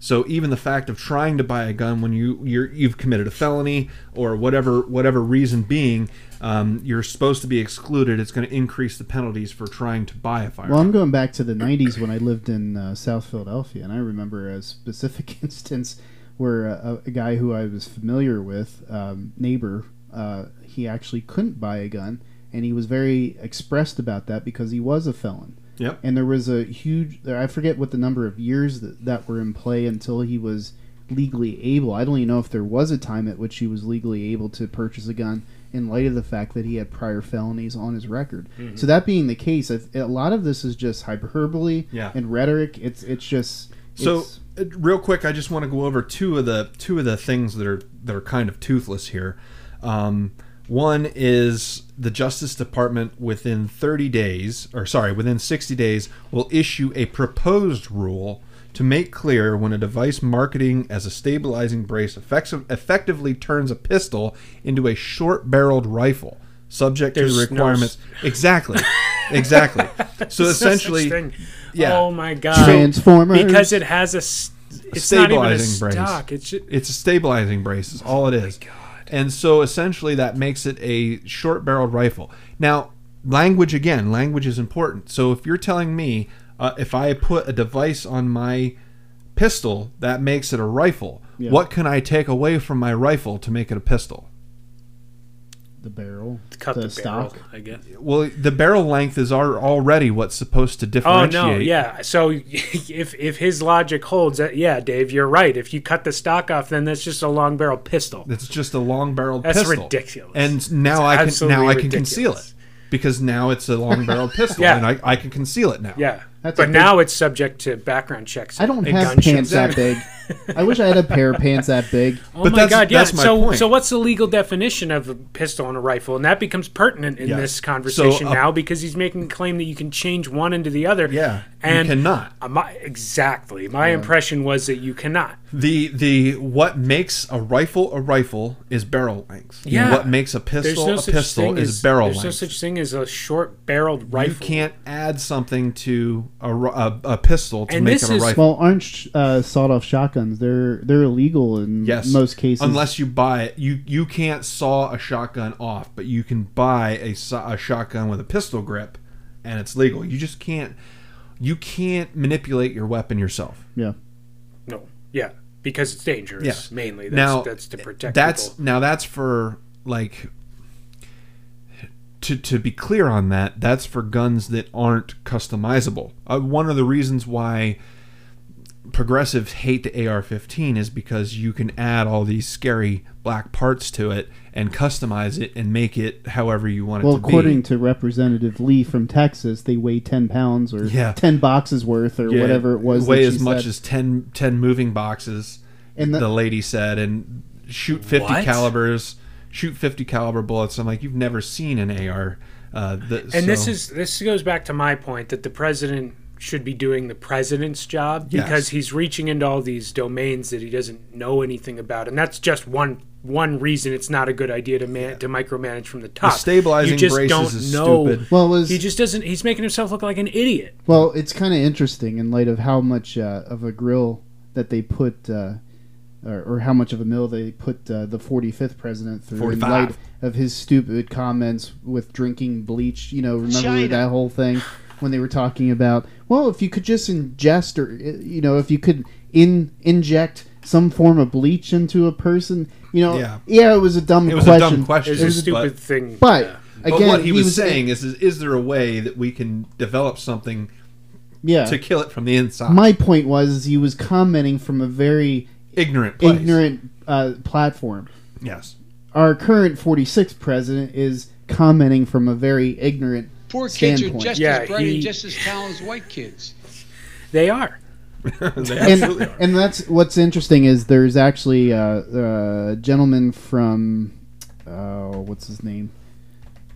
[SPEAKER 1] So even the fact of trying to buy a gun when you you're, you've committed a felony or whatever whatever reason being, um, you're supposed to be excluded. It's going to increase the penalties for trying to buy a firearm.
[SPEAKER 2] Well, I'm going back to the 90s when I lived in uh, South Philadelphia, and I remember a specific instance where uh, a, a guy who I was familiar with, um, neighbor, uh, he actually couldn't buy a gun, and he was very expressed about that because he was a felon.
[SPEAKER 1] Yep.
[SPEAKER 2] And there was a huge, I forget what the number of years that, that were in play until he was legally able. I don't even know if there was a time at which he was legally able to purchase a gun in light of the fact that he had prior felonies on his record.
[SPEAKER 1] Mm-hmm.
[SPEAKER 2] So that being the case, I- a lot of this is just hyperbole
[SPEAKER 1] Yeah.
[SPEAKER 2] and rhetoric. It's it's just
[SPEAKER 1] So,
[SPEAKER 2] it's-
[SPEAKER 1] uh, real quick, I just want to go over two of the two of the things that are that are kind of toothless here. Um, one is the Justice Department within 30 days, or sorry, within 60 days, will issue a proposed rule to make clear when a device marketing as a stabilizing brace effects, effectively turns a pistol into a short-barreled rifle, subject to
[SPEAKER 3] There's no
[SPEAKER 1] the
[SPEAKER 3] s-
[SPEAKER 1] requirements. exactly, exactly. So
[SPEAKER 3] There's no such
[SPEAKER 1] essentially,
[SPEAKER 3] thing.
[SPEAKER 1] yeah.
[SPEAKER 3] oh my god
[SPEAKER 2] Transformers.
[SPEAKER 3] because it has a s- it's not even a
[SPEAKER 1] Stabilizing brace.
[SPEAKER 3] stock it's ju-
[SPEAKER 1] It's a stabilizing brace. Is all
[SPEAKER 3] Oh
[SPEAKER 1] it is. And so essentially, that makes it a short-barreled rifle. Now, language again. Language is important. So if you're telling me uh, if I put a device on my pistol that makes it a rifle,
[SPEAKER 2] Yeah.
[SPEAKER 1] what can I take away from my rifle to make it a pistol?
[SPEAKER 2] the barrel,
[SPEAKER 3] cut the,
[SPEAKER 2] the,
[SPEAKER 3] barrel,
[SPEAKER 2] stock.
[SPEAKER 3] I guess.
[SPEAKER 1] Well, the barrel length is al- already what's supposed to
[SPEAKER 3] Oh
[SPEAKER 1] differentiate.
[SPEAKER 3] no, yeah. So if if his logic holds, that yeah, Dave, you're right. If you cut the stock off, then that's just a long barrel pistol.
[SPEAKER 1] It's just a long-barreled
[SPEAKER 3] That's
[SPEAKER 1] pistol.
[SPEAKER 3] ridiculous.
[SPEAKER 1] And now
[SPEAKER 3] It's
[SPEAKER 1] I can now
[SPEAKER 3] absolutely
[SPEAKER 1] I can conceal
[SPEAKER 3] ridiculous.
[SPEAKER 1] it because now it's a long-barreled pistol,
[SPEAKER 3] Yeah.
[SPEAKER 1] and I, I can conceal it now.
[SPEAKER 3] Yeah,
[SPEAKER 2] That's a
[SPEAKER 3] but
[SPEAKER 2] big-
[SPEAKER 3] now it's subject to background checks.
[SPEAKER 2] I don't
[SPEAKER 3] and
[SPEAKER 2] have
[SPEAKER 3] gun
[SPEAKER 2] pants
[SPEAKER 3] checks.
[SPEAKER 2] that big. I wish I had a pair of pants that big.
[SPEAKER 3] Oh
[SPEAKER 1] But
[SPEAKER 3] my
[SPEAKER 1] that's-
[SPEAKER 3] god, yeah.
[SPEAKER 1] that's my
[SPEAKER 3] so
[SPEAKER 1] point.
[SPEAKER 3] so what's the legal definition of a pistol and a rifle? And that becomes pertinent in
[SPEAKER 1] Yes.
[SPEAKER 3] this
[SPEAKER 1] So,
[SPEAKER 3] conversation
[SPEAKER 1] uh,
[SPEAKER 3] now because he's making a claim that you can change one into the other.
[SPEAKER 1] Yeah,
[SPEAKER 3] And
[SPEAKER 1] you cannot.
[SPEAKER 3] Uh, my, exactly. My impression was that you cannot.
[SPEAKER 1] The the what makes a rifle a rifle is barrel length.
[SPEAKER 3] Yeah.
[SPEAKER 1] What makes a
[SPEAKER 3] There's
[SPEAKER 1] pistol
[SPEAKER 3] no
[SPEAKER 1] a
[SPEAKER 3] such
[SPEAKER 1] pistol
[SPEAKER 3] thing
[SPEAKER 1] is
[SPEAKER 3] as
[SPEAKER 1] barrel
[SPEAKER 3] There's no
[SPEAKER 1] length.
[SPEAKER 3] such thing as a short-barreled
[SPEAKER 1] you
[SPEAKER 3] rifle.
[SPEAKER 1] can't add something to a, ri- a, a pistol to
[SPEAKER 3] And
[SPEAKER 1] make
[SPEAKER 3] this
[SPEAKER 1] it a
[SPEAKER 3] is-
[SPEAKER 1] rifle.
[SPEAKER 2] Well, aren't sh- uh, sawed-off shotguns? They're they're illegal in
[SPEAKER 1] Yes.
[SPEAKER 2] most cases.
[SPEAKER 1] Unless you buy it, you you can't saw a shotgun off, but you can buy a, saw- a shotgun with a pistol grip, and it's legal. You just can't you can't manipulate your weapon yourself.
[SPEAKER 2] yeah,
[SPEAKER 3] No. Yeah. Because it's dangerous.
[SPEAKER 1] Yes.
[SPEAKER 3] Mainly. That's,
[SPEAKER 1] now eh,
[SPEAKER 3] that's to protect.
[SPEAKER 1] That's
[SPEAKER 3] people.
[SPEAKER 1] now that's for like to to be clear on that. That's for guns that aren't customizable. Uh, one of the reasons why progressives hate the AR-15 is because you can add all these scary black parts to it and customize it and make it however you want it
[SPEAKER 2] well,
[SPEAKER 1] to
[SPEAKER 2] according
[SPEAKER 1] be.
[SPEAKER 2] to Representative Lee from Texas, they weigh ten pounds or
[SPEAKER 1] Yeah.
[SPEAKER 2] ten boxes worth or
[SPEAKER 1] Yeah,
[SPEAKER 2] whatever it was.
[SPEAKER 1] weigh
[SPEAKER 2] that she
[SPEAKER 1] as much
[SPEAKER 2] said.
[SPEAKER 1] as 10, 10 moving boxes.
[SPEAKER 2] And the-
[SPEAKER 1] the lady said, and shoot fifty
[SPEAKER 3] What?
[SPEAKER 1] calibers, shoot fifty caliber bullets. I'm like, you've never seen an AR. Uh, the,
[SPEAKER 3] And this is this goes back to my point that the president should be doing the president's job
[SPEAKER 1] Yes.
[SPEAKER 3] because he's reaching into all these domains that he doesn't know anything about, and that's just one one reason it's not a good idea to man to micromanage from the top.
[SPEAKER 1] stabilizing
[SPEAKER 3] you just
[SPEAKER 1] braces
[SPEAKER 3] don't
[SPEAKER 1] is
[SPEAKER 3] know.
[SPEAKER 1] stupid.
[SPEAKER 2] Well, it was-
[SPEAKER 3] he just doesn't. He's making himself look like an idiot.
[SPEAKER 2] Well, it's kind of interesting in light of how much uh, of a grill that they put, uh, or, or how much of a mill they put uh, the 45th president through. In
[SPEAKER 1] 45.
[SPEAKER 2] light of his stupid comments with drinking bleach, you know, remember
[SPEAKER 4] China.
[SPEAKER 2] that whole thing when they were talking about, well, if you could just ingest or, uh, you know, if you could in inject some form of bleach into a person, you know,
[SPEAKER 1] Yeah.
[SPEAKER 2] yeah, it was a dumb
[SPEAKER 1] it was
[SPEAKER 2] question.
[SPEAKER 1] a dumb question.
[SPEAKER 3] It's a stupid thing.
[SPEAKER 2] But
[SPEAKER 3] yeah.
[SPEAKER 1] But,
[SPEAKER 2] again,
[SPEAKER 1] but what he, was, saying is, is, is there a way that we can develop something
[SPEAKER 2] yeah.
[SPEAKER 1] to kill it from the inside?
[SPEAKER 2] my point was is he was commenting from a very
[SPEAKER 1] ignorant, place.
[SPEAKER 2] ignorant uh, platform.
[SPEAKER 1] Yes,
[SPEAKER 2] Our current 46th president is commenting from a very ignorant.
[SPEAKER 4] Poor kids are
[SPEAKER 2] Standpoint.
[SPEAKER 4] just
[SPEAKER 3] Yeah,
[SPEAKER 4] as bright
[SPEAKER 3] he-
[SPEAKER 4] and just as talented as white kids.
[SPEAKER 3] they are.
[SPEAKER 1] They
[SPEAKER 2] And,
[SPEAKER 1] absolutely are.
[SPEAKER 2] and that's what's interesting is there's actually uh, a, a gentleman from oh what's his name?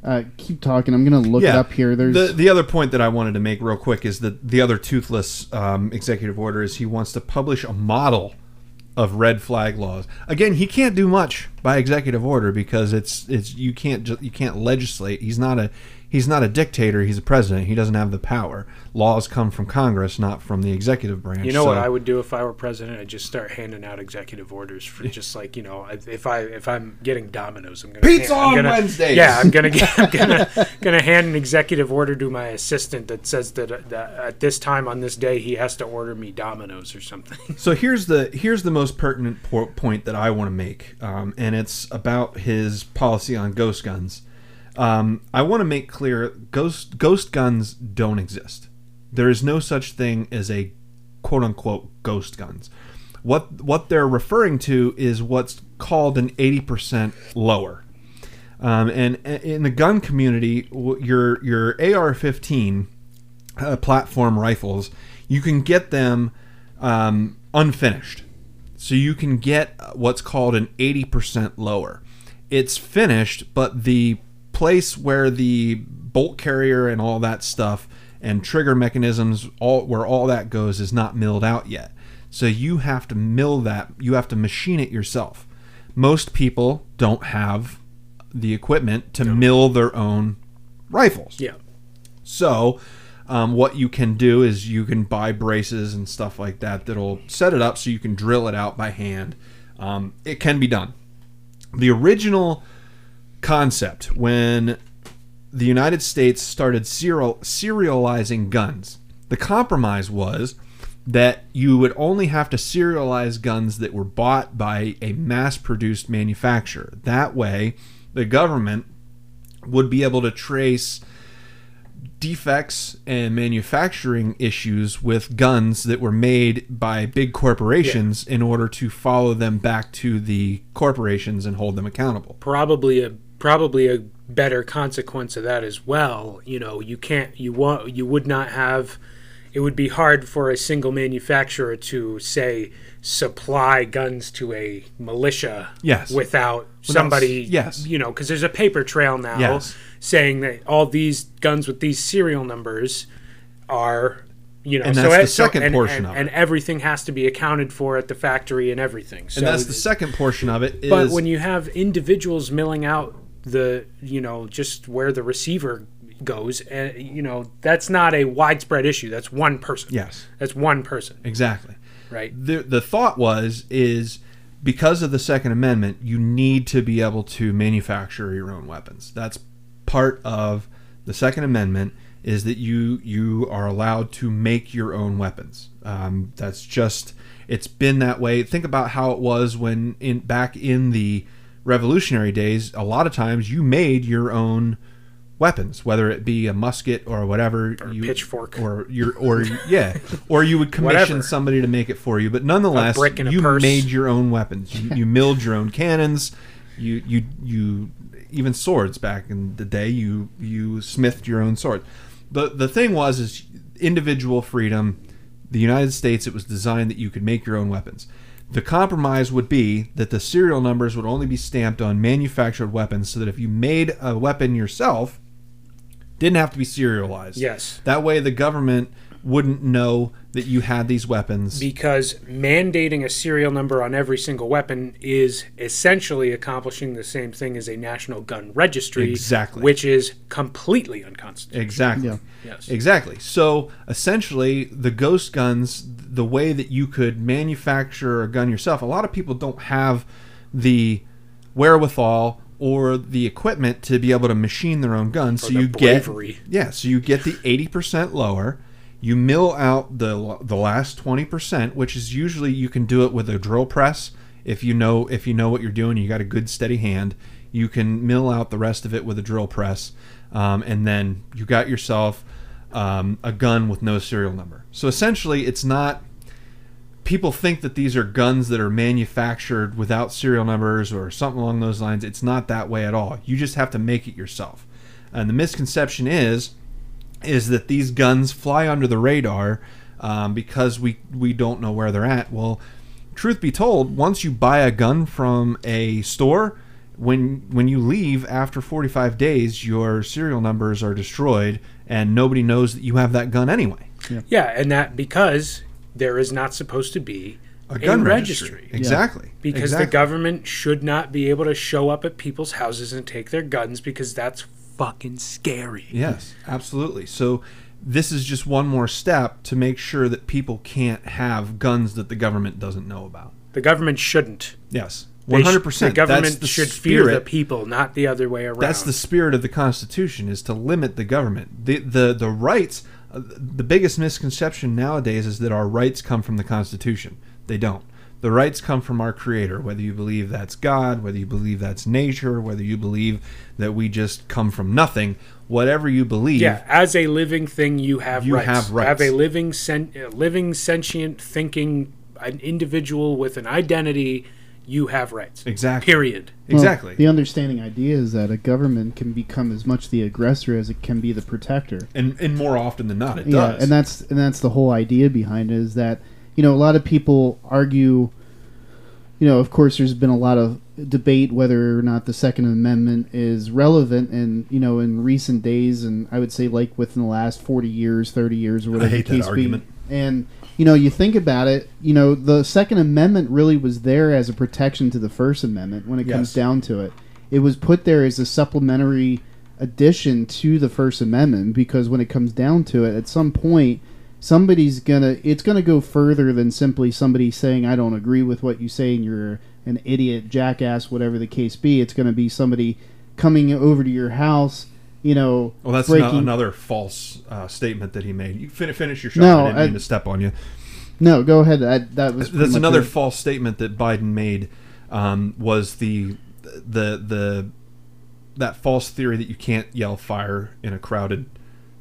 [SPEAKER 2] Uh, keep talking. I'm gonna look it
[SPEAKER 1] Yeah.
[SPEAKER 2] up here. There's
[SPEAKER 1] The, the other point that I wanted to make real quick is that the other toothless um, executive order is he wants to publish a model of red flag laws. Again, he can't do much by executive order because it's it's you can't ju- you can't legislate. He's not a he's not a dictator. He's a president. He doesn't have the power. Laws come from Congress, not from the executive branch.
[SPEAKER 3] You know what
[SPEAKER 1] so-
[SPEAKER 3] I would do if I were president? I'd just start handing out executive orders for just like you know, if- if I if I'm getting Domino's, I'm gonna
[SPEAKER 1] Pizza
[SPEAKER 3] hand, I'm
[SPEAKER 1] on
[SPEAKER 3] gonna-
[SPEAKER 1] Wednesdays.
[SPEAKER 3] Yeah, I'm gonna get, I'm gonna gonna hand an executive order to my assistant that says that, uh, that at this time on this day he has to order me Domino's or something.
[SPEAKER 1] So here's the here's the most pertinent po- point that I want to make, um, and it's about his policy on ghost guns. Um, I want to make clear ghost ghost guns don't exist. There is no such thing as a quote unquote ghost guns. What what they're referring to is what's called an eighty percent lower. Um, and a- in the gun community, w- your your AR-15 uh, platform rifles, you can get them um, unfinished. So you can get what's called an 80% lower. It's finished, but the place where the bolt carrier and all that stuff and trigger mechanisms, all where all that goes, is not milled out yet. So you have to mill that. You have to machine it yourself. Most people don't have the equipment to mill their own rifles.
[SPEAKER 3] Yeah,
[SPEAKER 1] So, um, what you can do is you can buy braces and stuff like that that'll set it up so you can drill it out by hand. Um, it can be done. The original concept when the United States started serial, serializing guns, the compromise was that you would only have to serialize guns that were bought by a mass produced manufacturer. That way, the government would be able to trace defects and manufacturing issues with guns that were made by big corporations in order to follow them back to the corporations and hold them accountable.
[SPEAKER 3] probably a probably a better consequence of that as well. You know, you can't you want you would not have it would be hard for a single manufacturer to say supply guns to a militia
[SPEAKER 1] Yes.
[SPEAKER 3] without somebody
[SPEAKER 1] yes.
[SPEAKER 3] you know because there's a paper trail now
[SPEAKER 1] Yes.
[SPEAKER 3] saying that all these guns with these serial numbers are you know
[SPEAKER 1] And
[SPEAKER 3] so
[SPEAKER 1] that's the
[SPEAKER 3] e- so-
[SPEAKER 1] second
[SPEAKER 3] and-
[SPEAKER 1] portion
[SPEAKER 3] and-
[SPEAKER 1] of it.
[SPEAKER 3] and everything has to be accounted for at the factory and everything so
[SPEAKER 1] and that's the second portion of it. Is,
[SPEAKER 3] but when you have individuals milling out the you know just where the receiver goes and you know that's not a widespread issue that's one person
[SPEAKER 1] yes,
[SPEAKER 3] that's one person
[SPEAKER 1] exactly.
[SPEAKER 3] right
[SPEAKER 1] The the thought was is because of the Second Amendment, you need to be able to manufacture your own weapons. That's part of the Second Amendment is that you you are allowed to make your own weapons. Um, that's just it's been that way. Think about how it was when in back in the revolutionary days. A lot of times you made your own weapons, whether it be a musket or whatever, or you,
[SPEAKER 3] pitchfork.
[SPEAKER 1] or your or yeah, or you would commission
[SPEAKER 3] Whatever.
[SPEAKER 1] somebody to make it for you. But nonetheless,
[SPEAKER 3] A brick and a
[SPEAKER 1] you
[SPEAKER 3] purse.
[SPEAKER 1] made your own weapons. You, you milled your own cannons. You you you even swords back in the day. You you smithed your own sword. The the thing was is individual freedom. The United States it was designed that you could make your own weapons. The compromise would be that the serial numbers would only be stamped on manufactured weapons, so that if you made a weapon yourself, didn't have to be serialized.
[SPEAKER 3] yes
[SPEAKER 1] That way, the government wouldn't know that you had these weapons.
[SPEAKER 3] because mandating a serial number on every single weapon is essentially accomplishing the same thing as a national gun registry
[SPEAKER 1] Exactly.
[SPEAKER 3] which is completely unconstitutional
[SPEAKER 1] exactly.
[SPEAKER 2] Yeah.
[SPEAKER 3] yes
[SPEAKER 1] Exactly. So essentially, the ghost guns, the way that you could manufacture a gun yourself, a lot of people don't have the wherewithal or the equipment to be able to machine their own gun. so
[SPEAKER 3] the
[SPEAKER 1] you
[SPEAKER 3] bravery.
[SPEAKER 1] get yeah. So you get the eighty percent lower. You mill out the the last twenty percent, which is usually you can do it with a drill press if you know if you know what you're doing. You got a good steady hand. You can mill out the rest of it with a drill press, um, and then you got yourself um, a gun with no serial number. So essentially, it's not. People think that these are guns that are manufactured without serial numbers or something along those lines. It's not that way at all. You just have to make it yourself. And the misconception is, is that these guns fly under the radar um, because we we don't know where they're at. Well, truth be told, once you buy a gun from a store, when when you leave after 45 days, your serial numbers are destroyed, and nobody knows that you have that gun anyway.
[SPEAKER 3] yeah and that because there is not supposed to be
[SPEAKER 1] A gun
[SPEAKER 3] registry.
[SPEAKER 1] registry, exactly.
[SPEAKER 3] because
[SPEAKER 1] exactly.
[SPEAKER 3] the government should not be able to show up at people's houses and take their guns because that's fucking scary.
[SPEAKER 1] Yes, absolutely. So this is just one more step to make sure that people can't have guns that the government doesn't know about.
[SPEAKER 3] The government shouldn't.
[SPEAKER 1] Yes.
[SPEAKER 3] They
[SPEAKER 1] One
[SPEAKER 3] sh-
[SPEAKER 1] hundred percent.
[SPEAKER 3] The government should fear the people, not the other way around.
[SPEAKER 1] That's the spirit of the Constitution: is to limit the government. the the The rights. uh, The biggest misconception nowadays is that our rights come from the Constitution. They don't. The rights come from our Creator. Whether you believe that's God, whether you believe that's nature, whether you believe that we just come from nothing, whatever you believe.
[SPEAKER 3] yeah. As a living thing, you have
[SPEAKER 1] You
[SPEAKER 3] rights.
[SPEAKER 1] have rights.
[SPEAKER 3] Have a living, sen- a living, sentient, thinking, an individual with an identity. You have rights.
[SPEAKER 1] Exactly.
[SPEAKER 3] Period.
[SPEAKER 2] Well,
[SPEAKER 1] Exactly.
[SPEAKER 2] the understanding idea is that a government can become as much the aggressor as it can be the protector.
[SPEAKER 1] and and more often than not, it
[SPEAKER 2] yeah,
[SPEAKER 1] does.
[SPEAKER 2] and that's and that's the whole idea behind it is that you know a lot of people argue. You know, of course, there's been a lot of debate whether or not the Second Amendment is relevant, and you know, in recent days, and I would say like within the last forty years, thirty years, or whatever
[SPEAKER 1] hate
[SPEAKER 2] the
[SPEAKER 1] that
[SPEAKER 2] case
[SPEAKER 1] argument.
[SPEAKER 2] be. And you know, you think about it, you know, the Second Amendment really was there as a protection to the First Amendment when it comes
[SPEAKER 1] Yes.
[SPEAKER 2] down to it. It was put there as a supplementary addition to the First Amendment because when it comes down to it, at some point, somebody's gonna it's gonna go further than simply somebody saying I don't agree with what you say and you're an idiot, jackass, whatever the case be. It's gonna be somebody coming over to your house, you know,
[SPEAKER 1] Well, that's
[SPEAKER 2] breaking
[SPEAKER 1] not another false uh, statement that he made. You fin- finish your shot.
[SPEAKER 2] No,
[SPEAKER 1] I didn't mean
[SPEAKER 2] I-
[SPEAKER 1] to step on you.
[SPEAKER 2] No, go ahead. I, that was pretty
[SPEAKER 1] That's
[SPEAKER 2] much
[SPEAKER 1] another
[SPEAKER 2] it.
[SPEAKER 1] false statement that Biden made. Um, was the the the that false theory that you can't yell fire in a crowded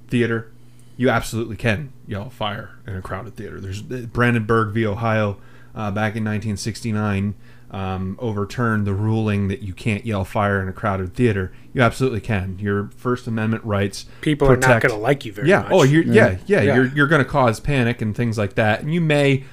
[SPEAKER 1] theater? You absolutely can yell fire in a crowded theater. There's Brandenburg uh, v. Ohio. uh, back in 1969 um, overturned the ruling that you can't yell fire in a crowded theater. You absolutely can. Your First Amendment rights
[SPEAKER 3] People are not
[SPEAKER 1] protect-
[SPEAKER 3] going to like you very
[SPEAKER 1] yeah.
[SPEAKER 3] much.
[SPEAKER 1] Oh, you're, yeah. yeah,
[SPEAKER 3] Yeah.
[SPEAKER 1] You're you're going to cause panic and things like that, and you may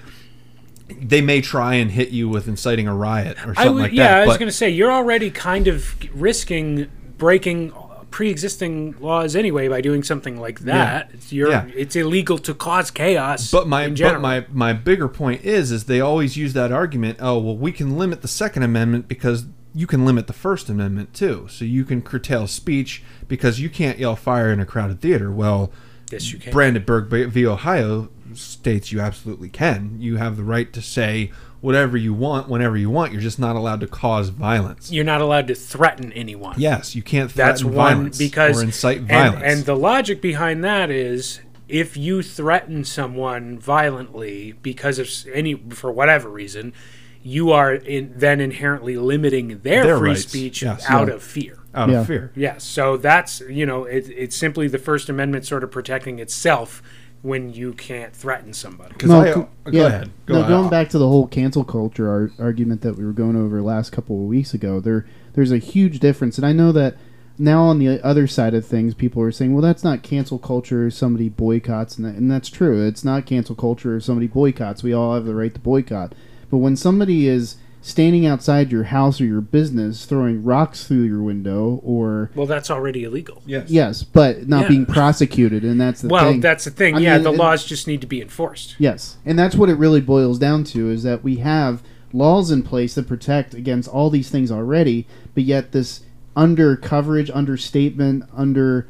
[SPEAKER 1] they may try and hit you with inciting a riot or something
[SPEAKER 3] I would,
[SPEAKER 1] like
[SPEAKER 3] yeah,
[SPEAKER 1] that.
[SPEAKER 3] I was
[SPEAKER 1] but-
[SPEAKER 3] going to say you're already kind of risking breaking pre-existing laws anyway by doing something like that. It's, you're,
[SPEAKER 1] Yeah.
[SPEAKER 3] it's illegal to cause chaos.
[SPEAKER 1] But my
[SPEAKER 3] in
[SPEAKER 1] but
[SPEAKER 3] general.
[SPEAKER 1] my my bigger point is is they always use that argument. Oh well, we can limit the Second Amendment because you can limit the First Amendment too. So you can curtail speech because you can't yell fire in a crowded theater. Well,
[SPEAKER 3] yes, you can.
[SPEAKER 1] Brandenburg v- v. Ohio states you absolutely can. You have the right to say whatever you want whenever you want. You're just not allowed to cause violence.
[SPEAKER 3] you're not allowed to threaten anyone.
[SPEAKER 1] Yes, you can't threaten
[SPEAKER 3] that's one
[SPEAKER 1] violence
[SPEAKER 3] because
[SPEAKER 1] or incite
[SPEAKER 3] and-
[SPEAKER 1] violence.
[SPEAKER 3] And, the logic behind that is if you threaten someone violently because of s- any for whatever reason, you are in, then inherently limiting their,
[SPEAKER 1] Their
[SPEAKER 3] free
[SPEAKER 1] rights,
[SPEAKER 3] speech
[SPEAKER 1] yes.
[SPEAKER 3] out of fear.
[SPEAKER 1] out
[SPEAKER 2] Yeah.
[SPEAKER 1] of fear.
[SPEAKER 3] Yes, so that's you know it, it's simply the First Amendment sort of protecting itself when you can't threaten somebody.
[SPEAKER 1] 'Cause I- uh, go ahead. Go
[SPEAKER 2] no,
[SPEAKER 1] ahead.
[SPEAKER 2] going back to the whole cancel culture ar- argument that we were going over last couple of weeks ago, there there's a huge difference, and I know that now on the other side of things, people are saying, "Well, that's not cancel culture. Somebody boycotts," and, that, and that's true. It's not cancel culture. If somebody boycotts, we all have the right to boycott. But when somebody is standing outside your house or your business, throwing rocks through your window, or
[SPEAKER 3] Well, that's already illegal.
[SPEAKER 1] Yes.
[SPEAKER 2] yes, but not
[SPEAKER 3] Yeah.
[SPEAKER 2] being prosecuted, and that's the
[SPEAKER 3] well,
[SPEAKER 2] thing.
[SPEAKER 3] that's the thing.
[SPEAKER 2] I
[SPEAKER 3] yeah,
[SPEAKER 2] mean,
[SPEAKER 3] the
[SPEAKER 2] it-
[SPEAKER 3] laws just need to be enforced.
[SPEAKER 2] Yes, and that's what it really boils down to is that we have laws in place that protect against all these things already, but yet this under coverage, understatement, under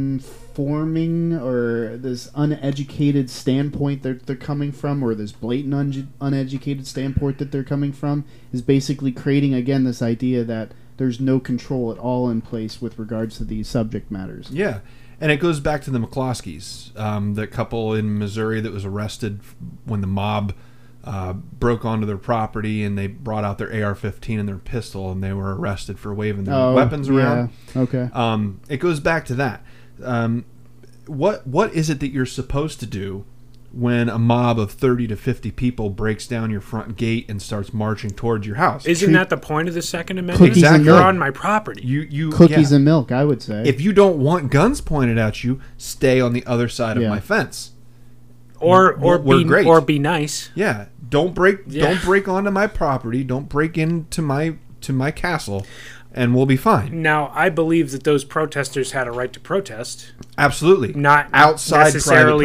[SPEAKER 2] informing or this uneducated standpoint that they're coming from or this blatant un- uneducated standpoint that they're coming from is basically creating again this idea that there's no control at all in place with regards to these subject matters.
[SPEAKER 1] Yeah, and it goes back to the McCloskeys, um, the couple in Missouri that was arrested f- when the mob uh, broke onto their property and they brought out their AR-15 and their pistol, and they were arrested for waving their
[SPEAKER 2] Oh,
[SPEAKER 1] weapons around.
[SPEAKER 2] yeah, Okay.
[SPEAKER 1] Um, it goes back to that. Um, what what is it that you're supposed to do when a mob of thirty to fifty people breaks down your front gate and starts marching towards your house?
[SPEAKER 3] Isn't
[SPEAKER 2] Treat-
[SPEAKER 3] that the point of the Second Amendment?
[SPEAKER 1] Cookies and
[SPEAKER 3] You're
[SPEAKER 1] milk.
[SPEAKER 3] on my property.
[SPEAKER 1] you you
[SPEAKER 2] Cookies
[SPEAKER 1] yeah.
[SPEAKER 2] and milk, I would say.
[SPEAKER 1] if you don't want guns pointed at you, stay on the other side of
[SPEAKER 2] Yeah.
[SPEAKER 1] my fence.
[SPEAKER 3] or or
[SPEAKER 1] We're
[SPEAKER 3] be
[SPEAKER 1] great.
[SPEAKER 3] or be nice.
[SPEAKER 1] Yeah, don't break
[SPEAKER 3] Yeah.
[SPEAKER 1] don't break onto my property. Don't break into my to my castle, and we'll be fine.
[SPEAKER 3] Now, I believe that those protesters had a right to protest,
[SPEAKER 1] Absolutely,
[SPEAKER 3] not
[SPEAKER 1] outside
[SPEAKER 3] necessarily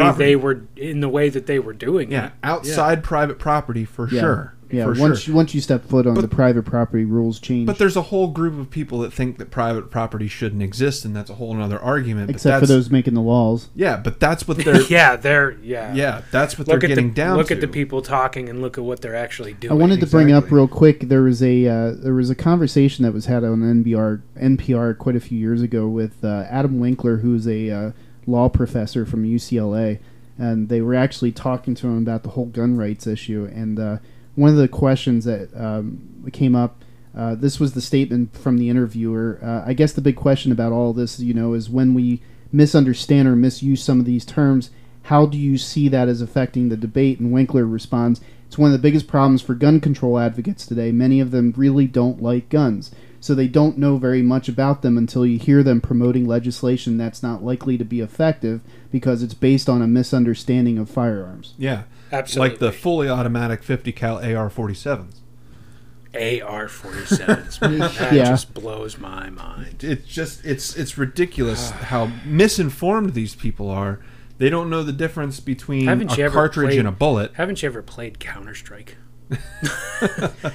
[SPEAKER 1] private property.
[SPEAKER 3] they were in the way that they were doing
[SPEAKER 1] yeah
[SPEAKER 3] it.
[SPEAKER 1] outside private property for
[SPEAKER 2] Yeah.
[SPEAKER 1] sure.
[SPEAKER 2] Yeah,
[SPEAKER 1] for
[SPEAKER 2] once
[SPEAKER 1] sure.
[SPEAKER 2] you, once you step foot on the private property, rules change.
[SPEAKER 1] but there's a whole group of people that think that private property shouldn't exist, and that's a whole other argument.
[SPEAKER 2] except
[SPEAKER 1] but
[SPEAKER 2] for
[SPEAKER 1] that's,
[SPEAKER 2] those making the laws.
[SPEAKER 1] Yeah, but that's what they're. yeah.
[SPEAKER 3] yeah, they're yeah.
[SPEAKER 1] that's what
[SPEAKER 3] Look
[SPEAKER 1] they're
[SPEAKER 3] at
[SPEAKER 1] getting
[SPEAKER 3] the
[SPEAKER 1] down
[SPEAKER 3] look
[SPEAKER 1] to.
[SPEAKER 3] at the people talking and look at what they're actually doing.
[SPEAKER 2] I wanted to bring up
[SPEAKER 1] exactly.
[SPEAKER 2] real quick. There was a uh, there was a conversation that was had on NPR NPR quite a few years ago with uh, Adam Winkler, who's a uh, law professor from UCLA, and they were actually talking to him about the whole gun rights issue. And uh, one of the questions that um, came up uh, this was the statement from the interviewer. Uh, I guess the big question about all this, you know, is when we misunderstand or misuse some of these terms, how do you see that as affecting the debate? And Winkler responds, it's one of the biggest problems for gun control advocates today. Many of them really don't like guns, so they don't know very much about them until you hear them promoting legislation that's not likely to be effective because it's based on a misunderstanding of firearms.
[SPEAKER 1] yeah,
[SPEAKER 3] Absolutely.
[SPEAKER 1] like the fully automatic 50 cal AR-47s.
[SPEAKER 3] AR forty sevens. That
[SPEAKER 2] Yeah.
[SPEAKER 3] just blows my mind.
[SPEAKER 1] it's just it's it's ridiculous how misinformed these people are. They don't know the difference between
[SPEAKER 3] Haven't you
[SPEAKER 1] a
[SPEAKER 3] ever
[SPEAKER 1] cartridge
[SPEAKER 3] played-
[SPEAKER 1] and a bullet.
[SPEAKER 3] Haven't you ever played Counter Strike?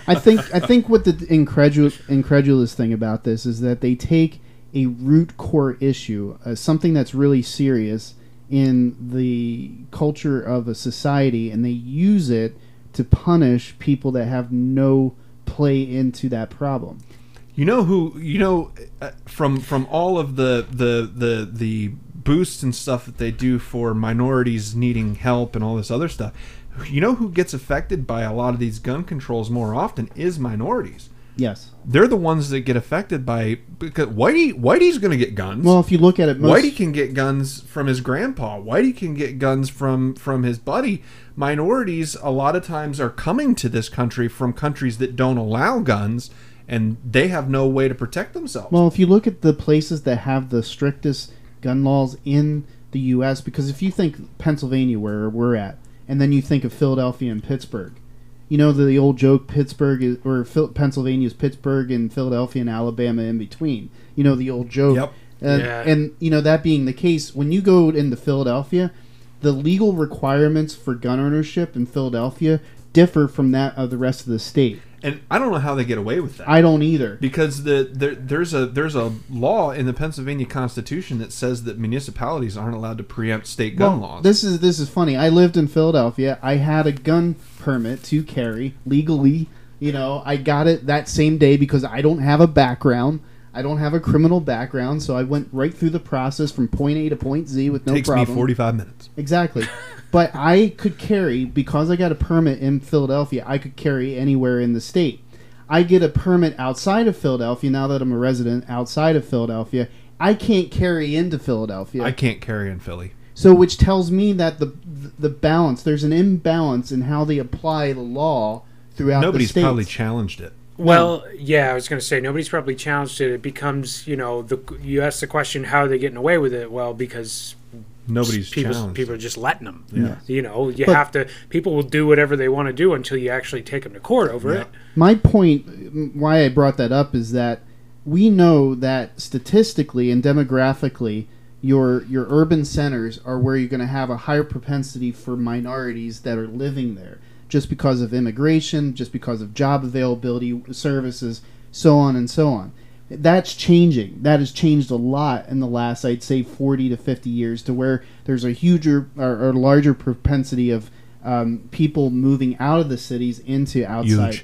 [SPEAKER 2] I think I think what the incredulous incredulous thing about this is that they take a root core issue, uh, something that's really serious in the culture of a society, and they use it to punish people that have no play into that problem.
[SPEAKER 1] You know who? You know uh, from from all of the the the the boosts and stuff that they do for minorities needing help and all this other stuff. You know who gets affected by a lot of these gun controls more often is minorities.
[SPEAKER 2] Yes.
[SPEAKER 1] They're the ones that get affected by because Whitey Whitey's going to get guns.
[SPEAKER 2] Well, if you look at it, most,
[SPEAKER 1] Whitey can get guns from his grandpa. Whitey can get guns from from his buddy. Minorities a lot of times are coming to this country from countries that don't allow guns, and they have no way to protect themselves.
[SPEAKER 2] well, if you look at the places that have the strictest gun laws in the U.S., because if you think Pennsylvania, where we're at, and then you think of Philadelphia and Pittsburgh, you know the, the old joke: Pittsburgh is, or Phil, Pennsylvania is Pittsburgh, and Philadelphia and Alabama in between. You know the old joke. Uh,
[SPEAKER 1] Yep.
[SPEAKER 2] And,
[SPEAKER 3] Yeah.
[SPEAKER 2] and you know that being the case, when you go into Philadelphia, the legal requirements for gun ownership in Philadelphia differ from that of the rest of the state.
[SPEAKER 1] and I don't know how they get away with that.
[SPEAKER 2] I don't either.
[SPEAKER 1] because the there, there's a there's a law in the Pennsylvania Constitution that says that municipalities aren't allowed to preempt state gun
[SPEAKER 2] Well,
[SPEAKER 1] laws.
[SPEAKER 2] This is this is funny. I lived in Philadelphia. I had a gun permit to carry legally. You know, I got it that same day because I don't have a background. I don't have a criminal background, so I went right through the process from point A to point Z with no
[SPEAKER 1] takes
[SPEAKER 2] problem.
[SPEAKER 1] me 45 minutes.
[SPEAKER 2] Exactly. but I could carry because I got a permit in Philadelphia. I could carry anywhere in the state. I get a permit outside of Philadelphia now that I'm a resident outside of Philadelphia. I can't carry into Philadelphia.
[SPEAKER 1] I can't carry in Philly.
[SPEAKER 2] So, which tells me that the the balance there's an imbalance in how they apply the law throughout
[SPEAKER 1] Nobody's
[SPEAKER 2] the states.
[SPEAKER 1] probably challenged it.
[SPEAKER 3] Well, yeah, I was going to say nobody's probably challenged it. It becomes, you know, the you ask the question, how are they getting away with it? Well, because
[SPEAKER 1] Nobody's
[SPEAKER 3] people
[SPEAKER 1] challenged.
[SPEAKER 3] people
[SPEAKER 1] it.
[SPEAKER 3] are just letting them.
[SPEAKER 1] Yeah.
[SPEAKER 3] You know, you
[SPEAKER 2] But-
[SPEAKER 3] have to. People will do whatever they want to do until you actually take them to court over
[SPEAKER 1] Yeah.
[SPEAKER 3] it.
[SPEAKER 2] My point, m- why I brought that up, is that we know that statistically and demographically, your your urban centers are where you're going to have a higher propensity for minorities that are living there, just because of immigration, just because of job availability, services, so on and so on. That's changing. That has changed a lot in the last, I'd say, 40 to 50 years, to where there's a huger or, or larger propensity of um, people moving out of the cities into outside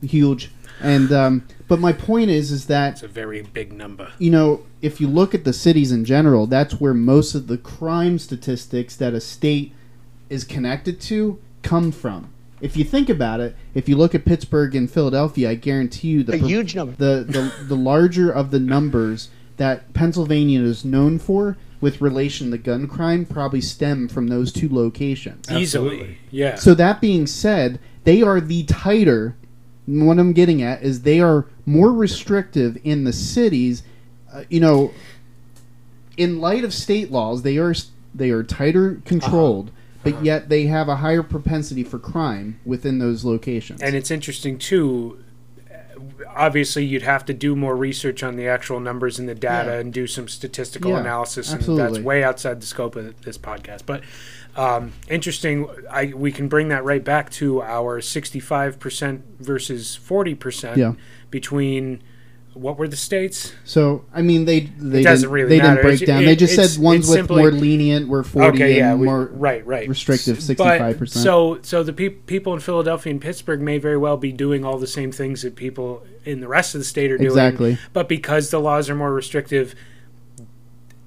[SPEAKER 1] Huge.
[SPEAKER 2] huge. And um, but my point is, is that
[SPEAKER 3] It's a very big number.
[SPEAKER 2] you know, if you look at the cities in general, that's where most of the crime statistics that a state is connected to come from. If you think about it, if you look at Pittsburgh and Philadelphia, I guarantee you the
[SPEAKER 5] A huge number.
[SPEAKER 2] the, the the larger of the numbers that Pennsylvania is known for with relation to gun crime probably stem from those two locations.
[SPEAKER 1] Absolutely.
[SPEAKER 3] Easily. Yeah.
[SPEAKER 2] So that being said, they are the tighter. What I'm getting at is they are more restrictive in the cities. Uh, you know, in light of state laws, they are s- they are tighter controlled,
[SPEAKER 3] Uh-huh.
[SPEAKER 2] but yet they have a higher propensity for crime within those locations.
[SPEAKER 3] and it's interesting too. uh, Obviously, you'd have to do more research on the actual numbers and the data,
[SPEAKER 2] Yeah.
[SPEAKER 3] and do some statistical
[SPEAKER 2] Yeah,
[SPEAKER 3] analysis, and
[SPEAKER 2] absolutely.
[SPEAKER 3] that's way outside the scope of this podcast. But um, interesting, I we can bring that right back to our sixty-five percent versus forty percent
[SPEAKER 2] Yeah.
[SPEAKER 3] between what were the states?
[SPEAKER 2] so I mean, they they
[SPEAKER 3] doesn't
[SPEAKER 2] didn't,
[SPEAKER 3] really
[SPEAKER 2] they
[SPEAKER 3] matter.
[SPEAKER 2] didn't break
[SPEAKER 3] It's-
[SPEAKER 2] down.
[SPEAKER 3] it-
[SPEAKER 2] they just
[SPEAKER 3] it's-
[SPEAKER 2] said ones
[SPEAKER 3] it's
[SPEAKER 2] with
[SPEAKER 3] simply-
[SPEAKER 2] more lenient were 40
[SPEAKER 3] okay, yeah,
[SPEAKER 2] and
[SPEAKER 3] we-
[SPEAKER 2] more
[SPEAKER 3] right, right.
[SPEAKER 2] restrictive,
[SPEAKER 3] But-
[SPEAKER 2] 65%.
[SPEAKER 3] So, so the peop people in Philadelphia and Pittsburgh may very well be doing all the same things that people in the rest of the state are doing.
[SPEAKER 2] Exactly.
[SPEAKER 3] But because the laws are more restrictive,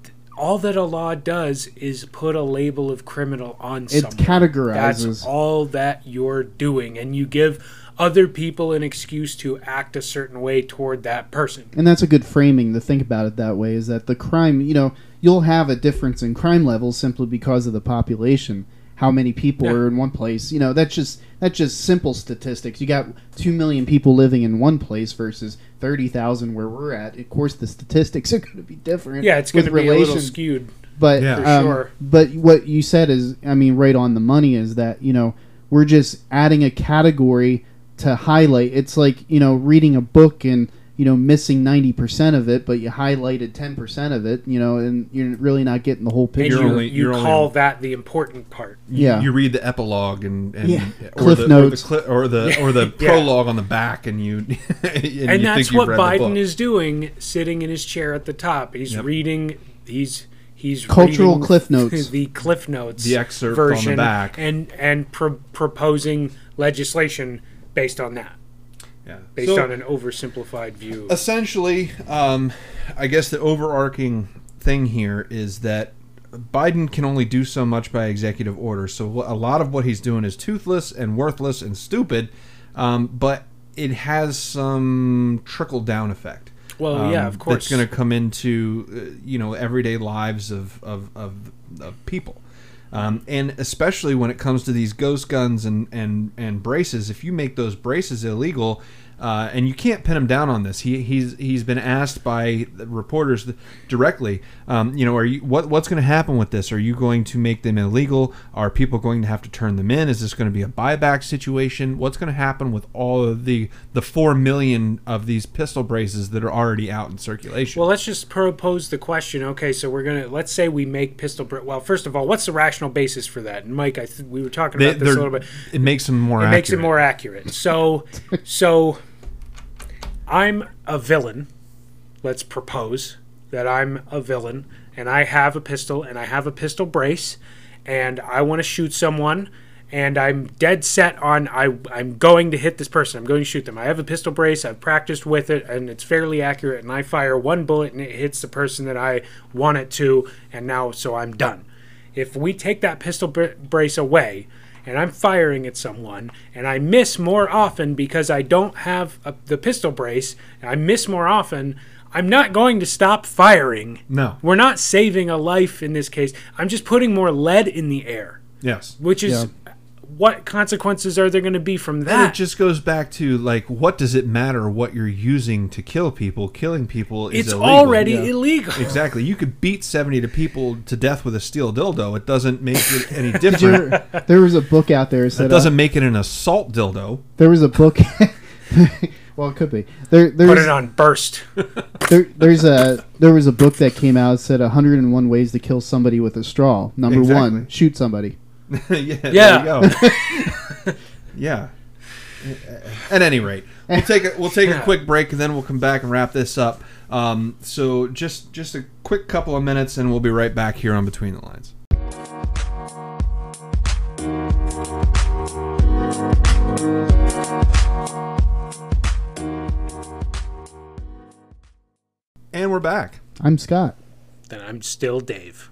[SPEAKER 3] th- all that a law does is put a label of criminal on
[SPEAKER 2] it
[SPEAKER 3] someone. That's
[SPEAKER 2] categorizes.
[SPEAKER 3] all that you're doing, and you give other people an excuse to act a certain way toward that person.
[SPEAKER 2] and that's a good framing to think about it that way is that the crime you know you'll have a difference in crime levels simply because of the population how many people
[SPEAKER 3] Yeah.
[SPEAKER 2] are in one place you know that's just that's just simple statistics you got 2 million people living in one place versus 30,000 where we're at of course the statistics are going to be different
[SPEAKER 3] Yeah, it's going to
[SPEAKER 2] with
[SPEAKER 3] be a little
[SPEAKER 2] relation-
[SPEAKER 3] skewed.
[SPEAKER 2] but
[SPEAKER 1] Yeah.
[SPEAKER 3] For
[SPEAKER 2] um,
[SPEAKER 3] sure.
[SPEAKER 2] but what you said is, I mean, right on the money is that you know we're just adding a category to highlight. It's like you know reading a book and you know missing ninety percent of it, but you highlighted ten percent of it. You know, and you're really not getting the whole
[SPEAKER 3] And
[SPEAKER 2] picture.
[SPEAKER 1] You're
[SPEAKER 3] you,
[SPEAKER 1] only-
[SPEAKER 3] you
[SPEAKER 1] you're only-
[SPEAKER 3] call that the important part.
[SPEAKER 1] You-
[SPEAKER 2] Yeah.
[SPEAKER 1] You read the epilogue and, and
[SPEAKER 2] Yeah.
[SPEAKER 1] or,
[SPEAKER 2] Cliff
[SPEAKER 1] the,
[SPEAKER 2] notes.
[SPEAKER 1] or the cli- or the or the
[SPEAKER 3] Yeah.
[SPEAKER 1] prologue on the back and you and, you
[SPEAKER 3] and
[SPEAKER 1] think
[SPEAKER 3] that's
[SPEAKER 1] you've
[SPEAKER 3] what
[SPEAKER 1] read the book.
[SPEAKER 3] Biden is doing, sitting in his chair at the top. He's
[SPEAKER 1] Yep.
[SPEAKER 3] reading. He's he's
[SPEAKER 2] Cultural
[SPEAKER 3] reading
[SPEAKER 2] cliff notes.
[SPEAKER 3] The cliff notes.
[SPEAKER 1] The excerpt on the back.
[SPEAKER 3] and and pro- proposing legislation based on that,
[SPEAKER 1] Yeah.
[SPEAKER 3] based
[SPEAKER 1] So-
[SPEAKER 3] on an oversimplified view.
[SPEAKER 1] essentially, um, I guess the overarching thing here is that Biden can only do so much by executive order. So wh- a lot of what he's doing is toothless and worthless and stupid. Um, but it has some trickle down effect.
[SPEAKER 3] Well,
[SPEAKER 1] um,
[SPEAKER 3] yeah, of course.
[SPEAKER 1] That's going to come into uh, you know everyday lives of of of, of people, um, and especially when it comes to these ghost guns and and and braces. If you make those braces illegal. Uh, and you can't pin him down on this. He, he's he's been asked by the reporters th- directly. Um, you know, are you what what's going to happen with this? Are you going to make them illegal? Are people going to have to turn them in? Is this going to be a buyback situation? What's going to happen with all of the the four million of these pistol braces that are already out in circulation?
[SPEAKER 3] Well, let's just propose the question. Okay, so we're gonna let's say we make pistol. Bra- well, first of all, what's the rational basis for that? And Mike, I th- we were talking
[SPEAKER 1] They-
[SPEAKER 3] about this a
[SPEAKER 1] they're-
[SPEAKER 3] little bit.
[SPEAKER 1] It makes them more.
[SPEAKER 3] It
[SPEAKER 1] accurate.
[SPEAKER 3] makes it more accurate. So, so I'm a villain. Let's propose that I'm a villain, and I have a pistol, and I have a pistol brace, and I want to shoot someone. And I'm dead set on I, I'm going to hit this person. I'm going to shoot them. I have a pistol brace. I've practiced with it, and it's fairly accurate. And I fire one bullet, and it hits the person that I want it to. And now, so I'm done. If we take that pistol br- brace away and I'm firing at someone and I miss more often because I don't have a, the pistol brace, and I miss more often, I'm not going to stop firing.
[SPEAKER 1] No.
[SPEAKER 3] We're not saving a life in this case. I'm just putting more lead in the air,
[SPEAKER 1] Yes.
[SPEAKER 3] which is what consequences are there going to be from
[SPEAKER 1] And
[SPEAKER 3] that?
[SPEAKER 1] it just goes back to like, what does it matter what you're using to kill people? Killing people is
[SPEAKER 3] it's
[SPEAKER 1] illegal.
[SPEAKER 3] already illegal.
[SPEAKER 1] Exactly. You could beat 70 to people to death with a steel dildo. It doesn't make it any different.
[SPEAKER 2] There, there was a book out there that
[SPEAKER 1] It
[SPEAKER 2] said uh,
[SPEAKER 1] doesn't make it an assault dildo.
[SPEAKER 2] there was a book. well, it could be. There,
[SPEAKER 3] Put it
[SPEAKER 2] there's,
[SPEAKER 3] on burst.
[SPEAKER 2] there, there's a there was a book that came out that said 101 ways to kill somebody with a straw. Number
[SPEAKER 1] Exactly.
[SPEAKER 2] one, shoot somebody.
[SPEAKER 1] yeah. there
[SPEAKER 3] Yeah.
[SPEAKER 1] you go. yeah. At any rate, we'll take a, we'll take a quick break and then we'll come back and wrap this up. Um, so just just a quick couple of minutes and we'll be right back here on Between the Lines. And we're back.
[SPEAKER 2] I'm Scott.
[SPEAKER 3] then I'm still Dave.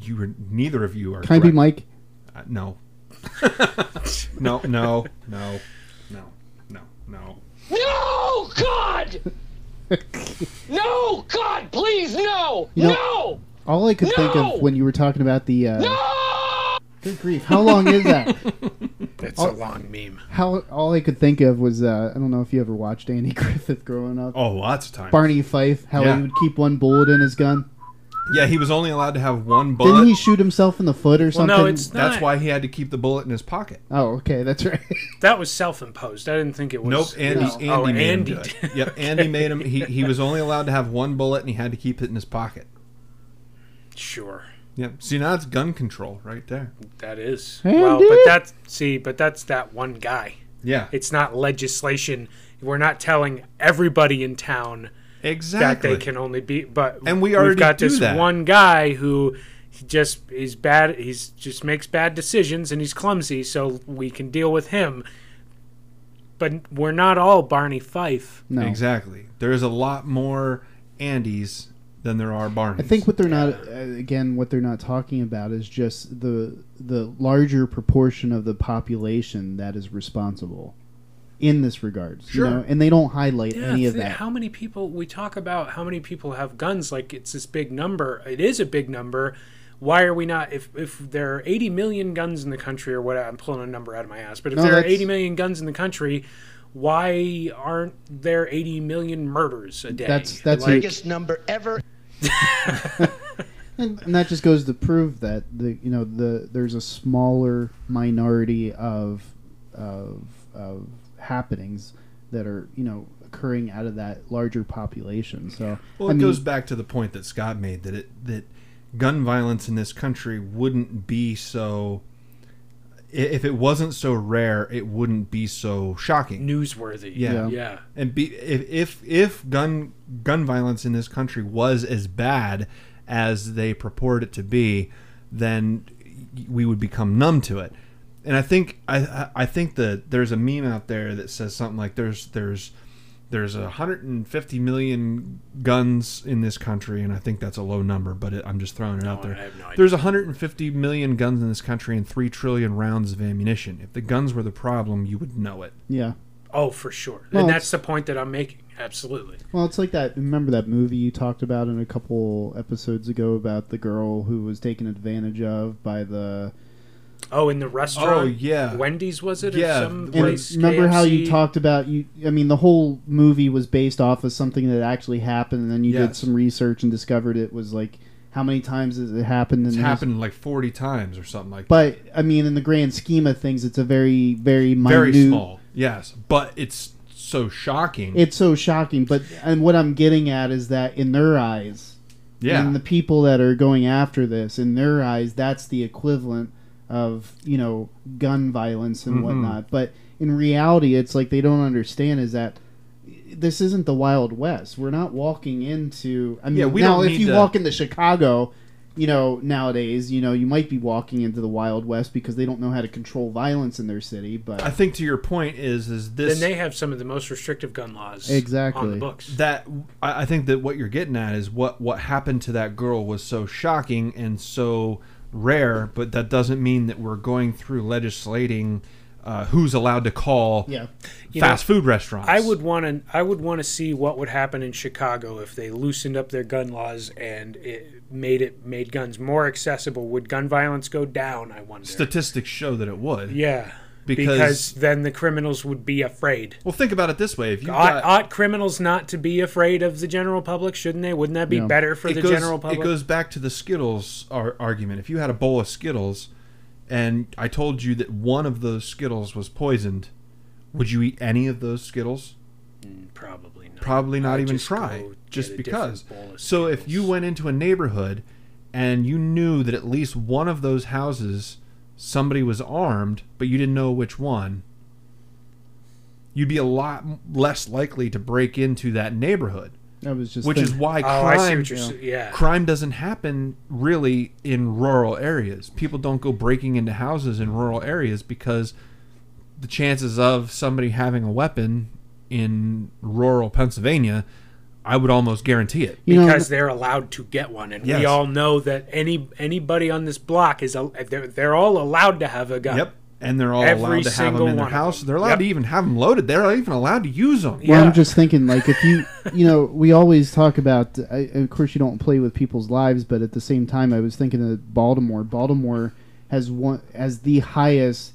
[SPEAKER 1] You were neither of you are.
[SPEAKER 2] Can I be
[SPEAKER 1] correct.
[SPEAKER 2] Mike?
[SPEAKER 1] Uh, no. no, no, no, no, no, no.
[SPEAKER 4] No, God! no, God, please, no!
[SPEAKER 2] You know-
[SPEAKER 4] no!
[SPEAKER 2] All I could think
[SPEAKER 4] No!
[SPEAKER 2] of when you were talking about the uh,
[SPEAKER 4] No!
[SPEAKER 2] good grief, how long is that?
[SPEAKER 3] That's
[SPEAKER 2] Oh.
[SPEAKER 3] a long meme.
[SPEAKER 2] How all I could think of was uh, I don't know if you ever watched Andy Griffith growing up.
[SPEAKER 1] Oh, lots of times.
[SPEAKER 2] Barney Fife, how
[SPEAKER 1] Yeah.
[SPEAKER 2] he would keep one bullet in his gun.
[SPEAKER 1] Yeah, he was only allowed to have one
[SPEAKER 2] Didn't
[SPEAKER 1] bullet.
[SPEAKER 2] he shoot himself in the foot or
[SPEAKER 3] Well,
[SPEAKER 2] something?
[SPEAKER 3] no, it's not.
[SPEAKER 1] That's why he had to keep the bullet in his pocket.
[SPEAKER 2] Oh, okay, that's right.
[SPEAKER 3] that was self-imposed. I didn't think it was.
[SPEAKER 1] Nope, Andy.
[SPEAKER 2] No.
[SPEAKER 1] Andy
[SPEAKER 3] Oh,
[SPEAKER 1] made
[SPEAKER 3] Andy
[SPEAKER 1] him do it.
[SPEAKER 3] did.
[SPEAKER 1] Yep, Andy made him. He, he was only allowed to have one bullet, and he had to keep it in his pocket.
[SPEAKER 3] Sure.
[SPEAKER 1] Yep. See, now it's gun control right there.
[SPEAKER 3] That is.
[SPEAKER 2] And
[SPEAKER 3] well,
[SPEAKER 2] it-
[SPEAKER 3] but that's see, but that's that one guy.
[SPEAKER 1] Yeah,
[SPEAKER 3] It's not legislation. We're not telling everybody in town
[SPEAKER 1] exactly.
[SPEAKER 3] that they can only be. But
[SPEAKER 1] And we
[SPEAKER 3] we've
[SPEAKER 1] already
[SPEAKER 3] got
[SPEAKER 1] do
[SPEAKER 3] this
[SPEAKER 1] that.
[SPEAKER 3] one guy who he just is bad. He's just makes bad decisions and he's clumsy. So we can deal with him. But we're not all Barney Fife.
[SPEAKER 2] No,
[SPEAKER 1] Exactly. There is a lot more Andys than there are Barneys.
[SPEAKER 2] I think what they're not uh, again what they're not talking about is just the the larger proportion of the population that is responsible in this regard.
[SPEAKER 1] Sure.
[SPEAKER 2] You know, and they don't highlight
[SPEAKER 3] Yeah,
[SPEAKER 2] any of
[SPEAKER 3] th-
[SPEAKER 2] that.
[SPEAKER 3] How many people we talk about? How many people have guns? Like it's this big number. It is a big number. Why are we not? If if there are 80 million guns in the country, or what? I'm pulling a number out of my ass. But if
[SPEAKER 2] No,
[SPEAKER 3] there are
[SPEAKER 2] that's-
[SPEAKER 3] 80 million guns in the country, why aren't there 80 million murders a day?
[SPEAKER 2] That's- that's
[SPEAKER 3] like,
[SPEAKER 5] biggest number ever.
[SPEAKER 2] And, and that just goes to prove that the you know the there's a smaller minority of of of happenings that are you know occurring out of that larger population. So
[SPEAKER 1] Well,
[SPEAKER 2] I
[SPEAKER 1] it
[SPEAKER 2] mean,
[SPEAKER 1] goes back to the point that Scott made that it that gun violence in this country wouldn't be so. i- If it wasn't so rare, it wouldn't be so shocking.
[SPEAKER 3] newsworthy.
[SPEAKER 1] Yeah.
[SPEAKER 2] Yeah.
[SPEAKER 3] yeah.
[SPEAKER 1] And be, if, if if gun gun violence in this country was as bad as they purport it to be, then we would become numb to it. And I think I- I I think that there's a meme out there that says something like there's there's there's 150 million guns in this country, and I think that's a low number, but it, I'm just throwing it out
[SPEAKER 3] Oh, I
[SPEAKER 1] there.
[SPEAKER 3] have no idea.
[SPEAKER 1] There's 150 million guns in this country and three trillion rounds of ammunition. If the guns were the problem, you would know it.
[SPEAKER 2] yeah.
[SPEAKER 3] Oh, for sure.
[SPEAKER 2] Well,
[SPEAKER 3] and that's the point that I'm making. Absolutely.
[SPEAKER 2] Well, it's like that. Remember that movie you talked about in a couple episodes ago about the girl who was taken advantage of by the.
[SPEAKER 3] Oh, in the restaurant.
[SPEAKER 1] Oh, yeah.
[SPEAKER 3] Wendy's was it?
[SPEAKER 1] Yeah,
[SPEAKER 3] Or some
[SPEAKER 1] the
[SPEAKER 2] And
[SPEAKER 3] place,
[SPEAKER 2] remember how you
[SPEAKER 3] KFC?
[SPEAKER 2] talked about you? I mean, the whole movie was based off of something that actually happened, and then you did
[SPEAKER 1] Yes.
[SPEAKER 2] some research and discovered it was like how many times has it happened? And
[SPEAKER 1] It's
[SPEAKER 2] there's-
[SPEAKER 1] happened like 40 times or something like that.
[SPEAKER 2] But I mean, in the grand scheme of things, it's a very, very minute.
[SPEAKER 1] Very small. Yes. But it's so shocking.
[SPEAKER 2] It's so shocking, but and what I'm getting at is that in their eyes,
[SPEAKER 1] yeah.
[SPEAKER 2] and the people that are going after this in their eyes that's the equivalent of you know gun violence and
[SPEAKER 1] Mhm.
[SPEAKER 2] whatnot but in reality it's like they don't understand is that this isn't the wild west we're not walking into i mean
[SPEAKER 1] Yeah, we
[SPEAKER 2] now
[SPEAKER 1] don't
[SPEAKER 2] if
[SPEAKER 1] need
[SPEAKER 2] you
[SPEAKER 1] to-
[SPEAKER 2] walk into chicago you know nowadays you know you might be walking into the wild west because they don't know how to control violence in their city but
[SPEAKER 1] I think to your point is is this
[SPEAKER 3] Then they have some of the most restrictive gun laws on
[SPEAKER 2] Exactly.
[SPEAKER 3] the books.
[SPEAKER 1] that I I think that what you're getting at is what what happened to that girl was so shocking and so rare, but that doesn't mean that we're going through legislating uh, who's allowed to call
[SPEAKER 2] yeah
[SPEAKER 3] You know,
[SPEAKER 1] fast food restaurants.
[SPEAKER 3] I would want to. I would want to see what would happen in Chicago if they loosened up their gun laws and it made it made guns more accessible. Would gun violence go down? I wonder.
[SPEAKER 1] statistics show that it would
[SPEAKER 3] yeah,
[SPEAKER 1] because,
[SPEAKER 3] because then the criminals would be afraid.
[SPEAKER 1] well, think about it this way: if you
[SPEAKER 3] ought,
[SPEAKER 1] got
[SPEAKER 3] ought criminals not to be afraid of the general public, shouldn't they? Wouldn't that be
[SPEAKER 2] Yeah.
[SPEAKER 3] better for
[SPEAKER 1] it
[SPEAKER 3] the
[SPEAKER 1] goes,
[SPEAKER 3] general public?
[SPEAKER 1] It goes back to the Skittles ar- argument. If you had a bowl of Skittles, and I told you that one of those Skittles was poisoned, would you eat any of those Skittles?
[SPEAKER 3] Mm, Probably not.
[SPEAKER 1] Probably not
[SPEAKER 3] I'd
[SPEAKER 1] even
[SPEAKER 3] just
[SPEAKER 1] try,
[SPEAKER 3] go get
[SPEAKER 1] just
[SPEAKER 3] a different
[SPEAKER 1] because.
[SPEAKER 3] bowl of
[SPEAKER 1] So if you
[SPEAKER 3] Skittles.
[SPEAKER 1] went into a neighborhood and you knew that at least one of those houses somebody was armed, but you didn't know which one, you'd be a lot m- less likely to break into that neighborhood,
[SPEAKER 2] that was just
[SPEAKER 1] which is
[SPEAKER 2] thinking.
[SPEAKER 1] why
[SPEAKER 3] oh,
[SPEAKER 1] crime
[SPEAKER 3] I see what you're saying. Yeah.
[SPEAKER 1] crime doesn't happen really in rural areas. People don't go breaking into houses in rural areas because the chances of somebody having a weapon in rural Pennsylvania, I would almost guarantee it.
[SPEAKER 2] you know,
[SPEAKER 3] because they're allowed to get one, and
[SPEAKER 1] Yes.
[SPEAKER 3] we all know that any anybody on this block is al- they're, they're all allowed to have a gun.
[SPEAKER 1] Yep. And they're all
[SPEAKER 3] Every
[SPEAKER 1] allowed to have
[SPEAKER 3] single
[SPEAKER 1] them in
[SPEAKER 3] one
[SPEAKER 1] their
[SPEAKER 3] of
[SPEAKER 1] house.
[SPEAKER 3] them.
[SPEAKER 1] They're allowed
[SPEAKER 3] Yep.
[SPEAKER 1] to even have them loaded. They're even allowed to use them.
[SPEAKER 3] Yeah.
[SPEAKER 2] Well, I'm just thinking, like, if you, you know, we always talk about, I, of course, you don't play with people's lives, but at the same time, I was thinking that Baltimore, Baltimore has one as the highest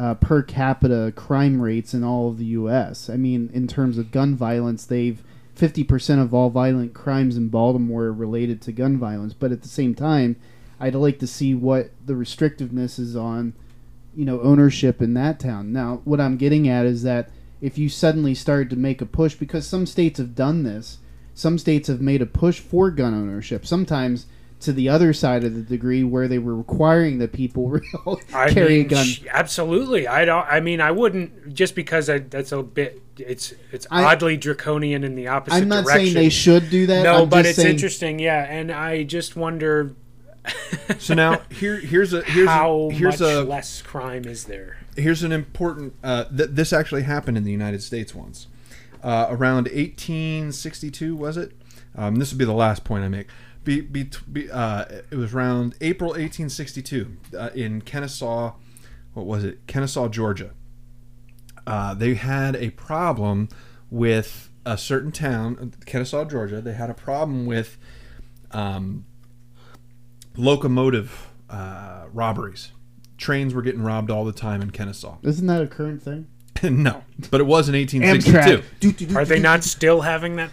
[SPEAKER 2] uh, per capita crime rates in all of the U.S. I mean, in terms of gun violence, they've 50% of all violent crimes in Baltimore are related to gun violence. But at the same time, I'd like to see what the restrictiveness is on, you know, ownership in that town. Now, what I'm getting at is that if you suddenly started to make a push, because some states have done this, some states have made a push for gun ownership. Sometimes to the other side of the degree where they were requiring that people
[SPEAKER 3] I
[SPEAKER 2] carry
[SPEAKER 3] mean,
[SPEAKER 2] a gun.
[SPEAKER 3] sh- absolutely. I don't. I mean, I wouldn't just because I, that's a bit. It's it's
[SPEAKER 2] I-
[SPEAKER 3] oddly draconian in the opposite.
[SPEAKER 2] I'm not
[SPEAKER 3] direction.
[SPEAKER 2] saying they should do that.
[SPEAKER 3] No,
[SPEAKER 2] I'm
[SPEAKER 3] but
[SPEAKER 2] just
[SPEAKER 3] it's
[SPEAKER 2] saying,
[SPEAKER 3] interesting. Yeah, and I just wonder
[SPEAKER 1] So now here here's a here's
[SPEAKER 3] how
[SPEAKER 1] a, here's
[SPEAKER 3] much
[SPEAKER 1] a
[SPEAKER 3] less crime is there.
[SPEAKER 1] here's an important uh, th- this actually happened in the united states once uh, around 1862 was it um, this would be the last point i make be, be, be, uh, it was around april 1862 uh, in kennesaw what was it kennesaw georgia uh, they had a problem with a certain town kennesaw georgia they had a problem with um, locomotive uh, robberies trains were getting robbed all the time in kennesaw
[SPEAKER 2] Isn't that a current thing?
[SPEAKER 1] no, but it was in
[SPEAKER 2] Amtrak.
[SPEAKER 1] 1862.
[SPEAKER 2] Do, do, do,
[SPEAKER 3] Are they
[SPEAKER 2] do,
[SPEAKER 3] not still having that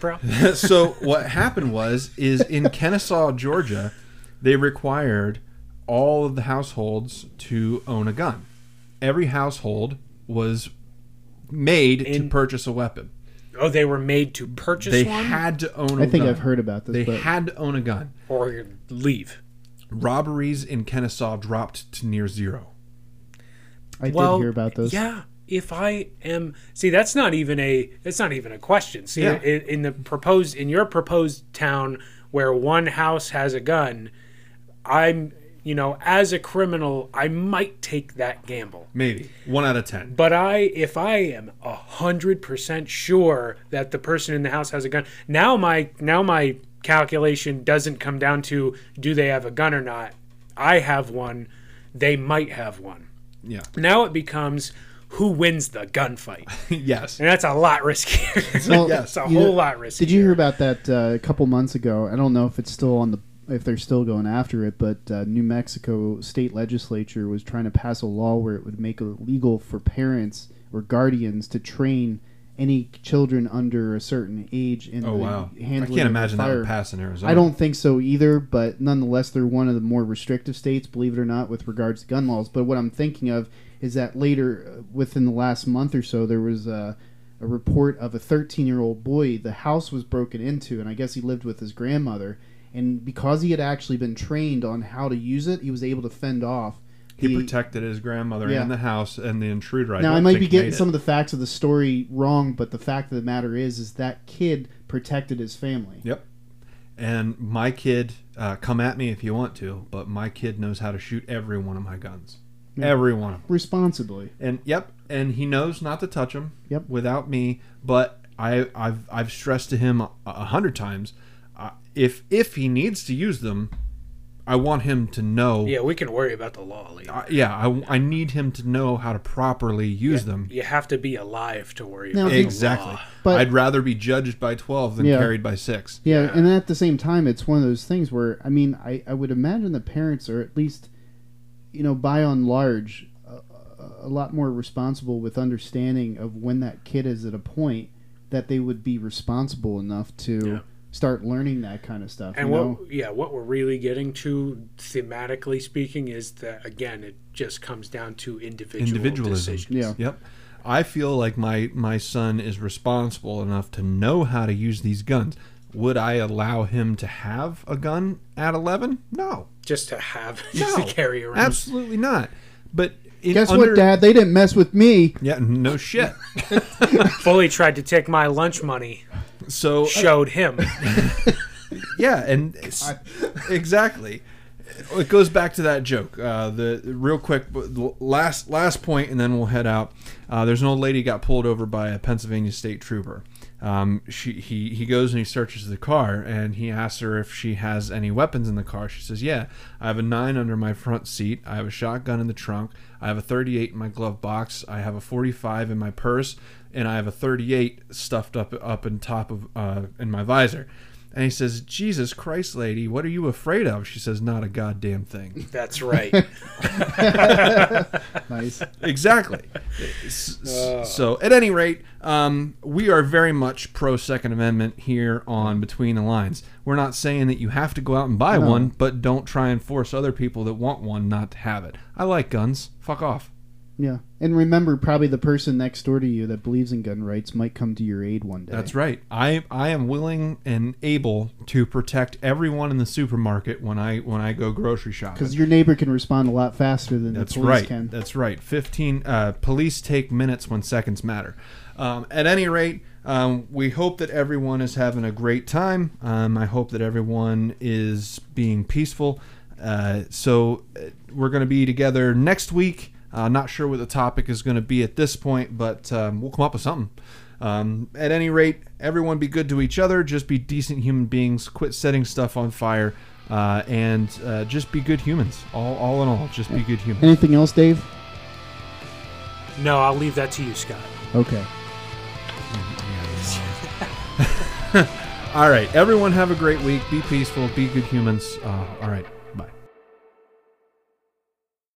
[SPEAKER 3] problem?
[SPEAKER 1] so what happened was is in Kennesaw, Georgia, they required all of the households to own a gun. Every household was made to
[SPEAKER 3] In-
[SPEAKER 1] purchase a weapon.
[SPEAKER 3] Oh, they were made to purchase
[SPEAKER 1] They
[SPEAKER 3] one
[SPEAKER 1] had to own a
[SPEAKER 3] Oh,
[SPEAKER 2] do. I think
[SPEAKER 1] gun.
[SPEAKER 2] I've heard about this,
[SPEAKER 1] They
[SPEAKER 2] but
[SPEAKER 1] had to own a gun.
[SPEAKER 3] or leave.
[SPEAKER 1] Robberies in Kennesaw dropped to near zero.
[SPEAKER 2] I did hear about this.
[SPEAKER 3] Yeah, if I am see, that's not even a that's not even a question. See,
[SPEAKER 1] Yeah.
[SPEAKER 3] in, in the proposed in your proposed town where one house has a gun, I'm you know as a criminal, I might take that gamble.
[SPEAKER 1] Maybe one out of ten.
[SPEAKER 3] But I, if I am a hundred percent sure that the person in the house has a gun, now my now my calculation doesn't come down to do they have a gun or not. I have one. They might have one.
[SPEAKER 1] Yeah.
[SPEAKER 3] Now it becomes who wins the gunfight,
[SPEAKER 1] yes.
[SPEAKER 3] and that's a lot riskier.
[SPEAKER 2] Well,
[SPEAKER 3] that's a
[SPEAKER 2] you
[SPEAKER 3] whole
[SPEAKER 2] know,
[SPEAKER 3] lot riskier.
[SPEAKER 2] Did you hear about that uh, a couple months ago? I don't know if it's still on the if they're still going after it, but uh, New Mexico state legislature was trying to pass a law where it would make it illegal for parents or guardians to train any children under a certain age in
[SPEAKER 1] Oh
[SPEAKER 2] the
[SPEAKER 1] wow. I
[SPEAKER 2] handling
[SPEAKER 1] can't
[SPEAKER 2] of
[SPEAKER 1] imagine that
[SPEAKER 2] fire.
[SPEAKER 1] would pass in Arizona.
[SPEAKER 2] I don't think so either, but nonetheless, they're one of the more restrictive states, believe it or not, with regards to gun laws. But what I'm thinking of is that later, uh, within the last month or so, there was a, a report of a 13 year old boy. The house was broken into, and I guess he lived with his grandmother. And because he had actually been trained on how to use it, he was able to fend off.
[SPEAKER 1] He
[SPEAKER 2] the-
[SPEAKER 1] protected his grandmother
[SPEAKER 2] Yeah.
[SPEAKER 1] and the house and the intruder. I
[SPEAKER 2] now I
[SPEAKER 1] don't
[SPEAKER 2] might
[SPEAKER 1] think
[SPEAKER 2] be getting
[SPEAKER 1] made it.
[SPEAKER 2] some of the facts of the story wrong, but the fact of the matter is, is that kid protected his family.
[SPEAKER 1] Yep. And my kid, uh, come at me if you want to, but my kid knows how to shoot every one of my guns.
[SPEAKER 2] Yeah.
[SPEAKER 1] Every one of them.
[SPEAKER 2] Responsibly,
[SPEAKER 1] And yep, and he knows not to touch them.
[SPEAKER 2] Yep.
[SPEAKER 1] Without me, but I, I've I've stressed to him a, a hundred times, uh, if if he needs to use them, I want him to know.
[SPEAKER 3] yeah, we can worry about the law later.
[SPEAKER 1] I, yeah. I, I need him to know how to properly use them.
[SPEAKER 3] You have to be alive to worry
[SPEAKER 2] Now,
[SPEAKER 3] about
[SPEAKER 2] did-
[SPEAKER 1] Exactly.
[SPEAKER 2] but
[SPEAKER 1] I'd rather be judged by twelve than
[SPEAKER 2] Yeah.
[SPEAKER 1] carried by six.
[SPEAKER 2] Yeah, and at the same time, it's one of those things where I mean, I, I would imagine the parents are at least, you know, by and large, a, a lot more responsible with understanding of when that kid is at a point that they would be responsible enough to
[SPEAKER 3] Yeah.
[SPEAKER 2] start learning that kind of stuff.
[SPEAKER 3] And
[SPEAKER 2] you
[SPEAKER 3] what,
[SPEAKER 2] know?
[SPEAKER 3] yeah, what we're really getting to thematically speaking is that again, it just comes down to individual
[SPEAKER 1] Individualism.
[SPEAKER 3] decisions.
[SPEAKER 2] Yeah.
[SPEAKER 1] Yep. I feel like my my son is responsible enough to know how to use these guns. Would I allow him to have a gun at 11? No.
[SPEAKER 3] just to have,
[SPEAKER 1] No.
[SPEAKER 3] just to carry around.
[SPEAKER 1] Absolutely not. But in
[SPEAKER 2] Guess
[SPEAKER 1] under-
[SPEAKER 2] what, Dad? They didn't mess with me.
[SPEAKER 1] Yeah, no shit.
[SPEAKER 3] Fully tried to take my lunch money.
[SPEAKER 1] So
[SPEAKER 3] Showed him.
[SPEAKER 1] yeah, and it's- exactly. It goes back to that joke. Uh, the real quick but the last last point, and then we'll head out. Uh, there's an old lady got pulled over by a Pennsylvania state trooper. Um, she he he goes and he searches the car, and he asks her if she has any weapons in the car. She says, "Yeah, I have a nine under my front seat. I have a shotgun in the trunk. I have a 38 in my glove box. I have a 45 in my purse, and I have a 38 stuffed up up in top of uh, in my visor." And he says, Jesus Christ, lady, what are you afraid of? She says, Not a goddamn thing.
[SPEAKER 3] That's right.
[SPEAKER 2] Nice.
[SPEAKER 1] exactly. S- s-
[SPEAKER 2] Ah.
[SPEAKER 1] so, at any rate, um, we are very much pro Second Amendment here on Between the Lines. We're not saying that you have to go out and buy one, but don't try and force other people that want one not to have it. I like guns. Fuck off.
[SPEAKER 2] yeah, and remember, probably the person next door to you that believes in gun rights might come to your aid one day.
[SPEAKER 1] That's right. I I am willing and able to protect everyone in the supermarket when I when I go grocery shopping.
[SPEAKER 2] Because your neighbor can respond a lot faster than
[SPEAKER 1] That's
[SPEAKER 2] the police
[SPEAKER 1] right.
[SPEAKER 2] can.
[SPEAKER 1] That's right. Fifteen uh, police take minutes when seconds matter. Um, at any rate, um, we hope that everyone is having a great time. Um, I hope that everyone is being peaceful. Uh, so uh, we're going to be together next week. Uh, not sure what the topic is going to be at this point, but um, we'll come up with something. Um, at any rate, everyone be good to each other. Just be decent human beings. Quit setting stuff on fire, uh, and uh, just be good humans. All, all in all, just be good humans.
[SPEAKER 2] Anything else, Dave?
[SPEAKER 3] no, I'll leave that to you, Scott.
[SPEAKER 2] Okay.
[SPEAKER 1] All right, everyone have a great week. Be peaceful. Be good humans. Uh, all right, bye.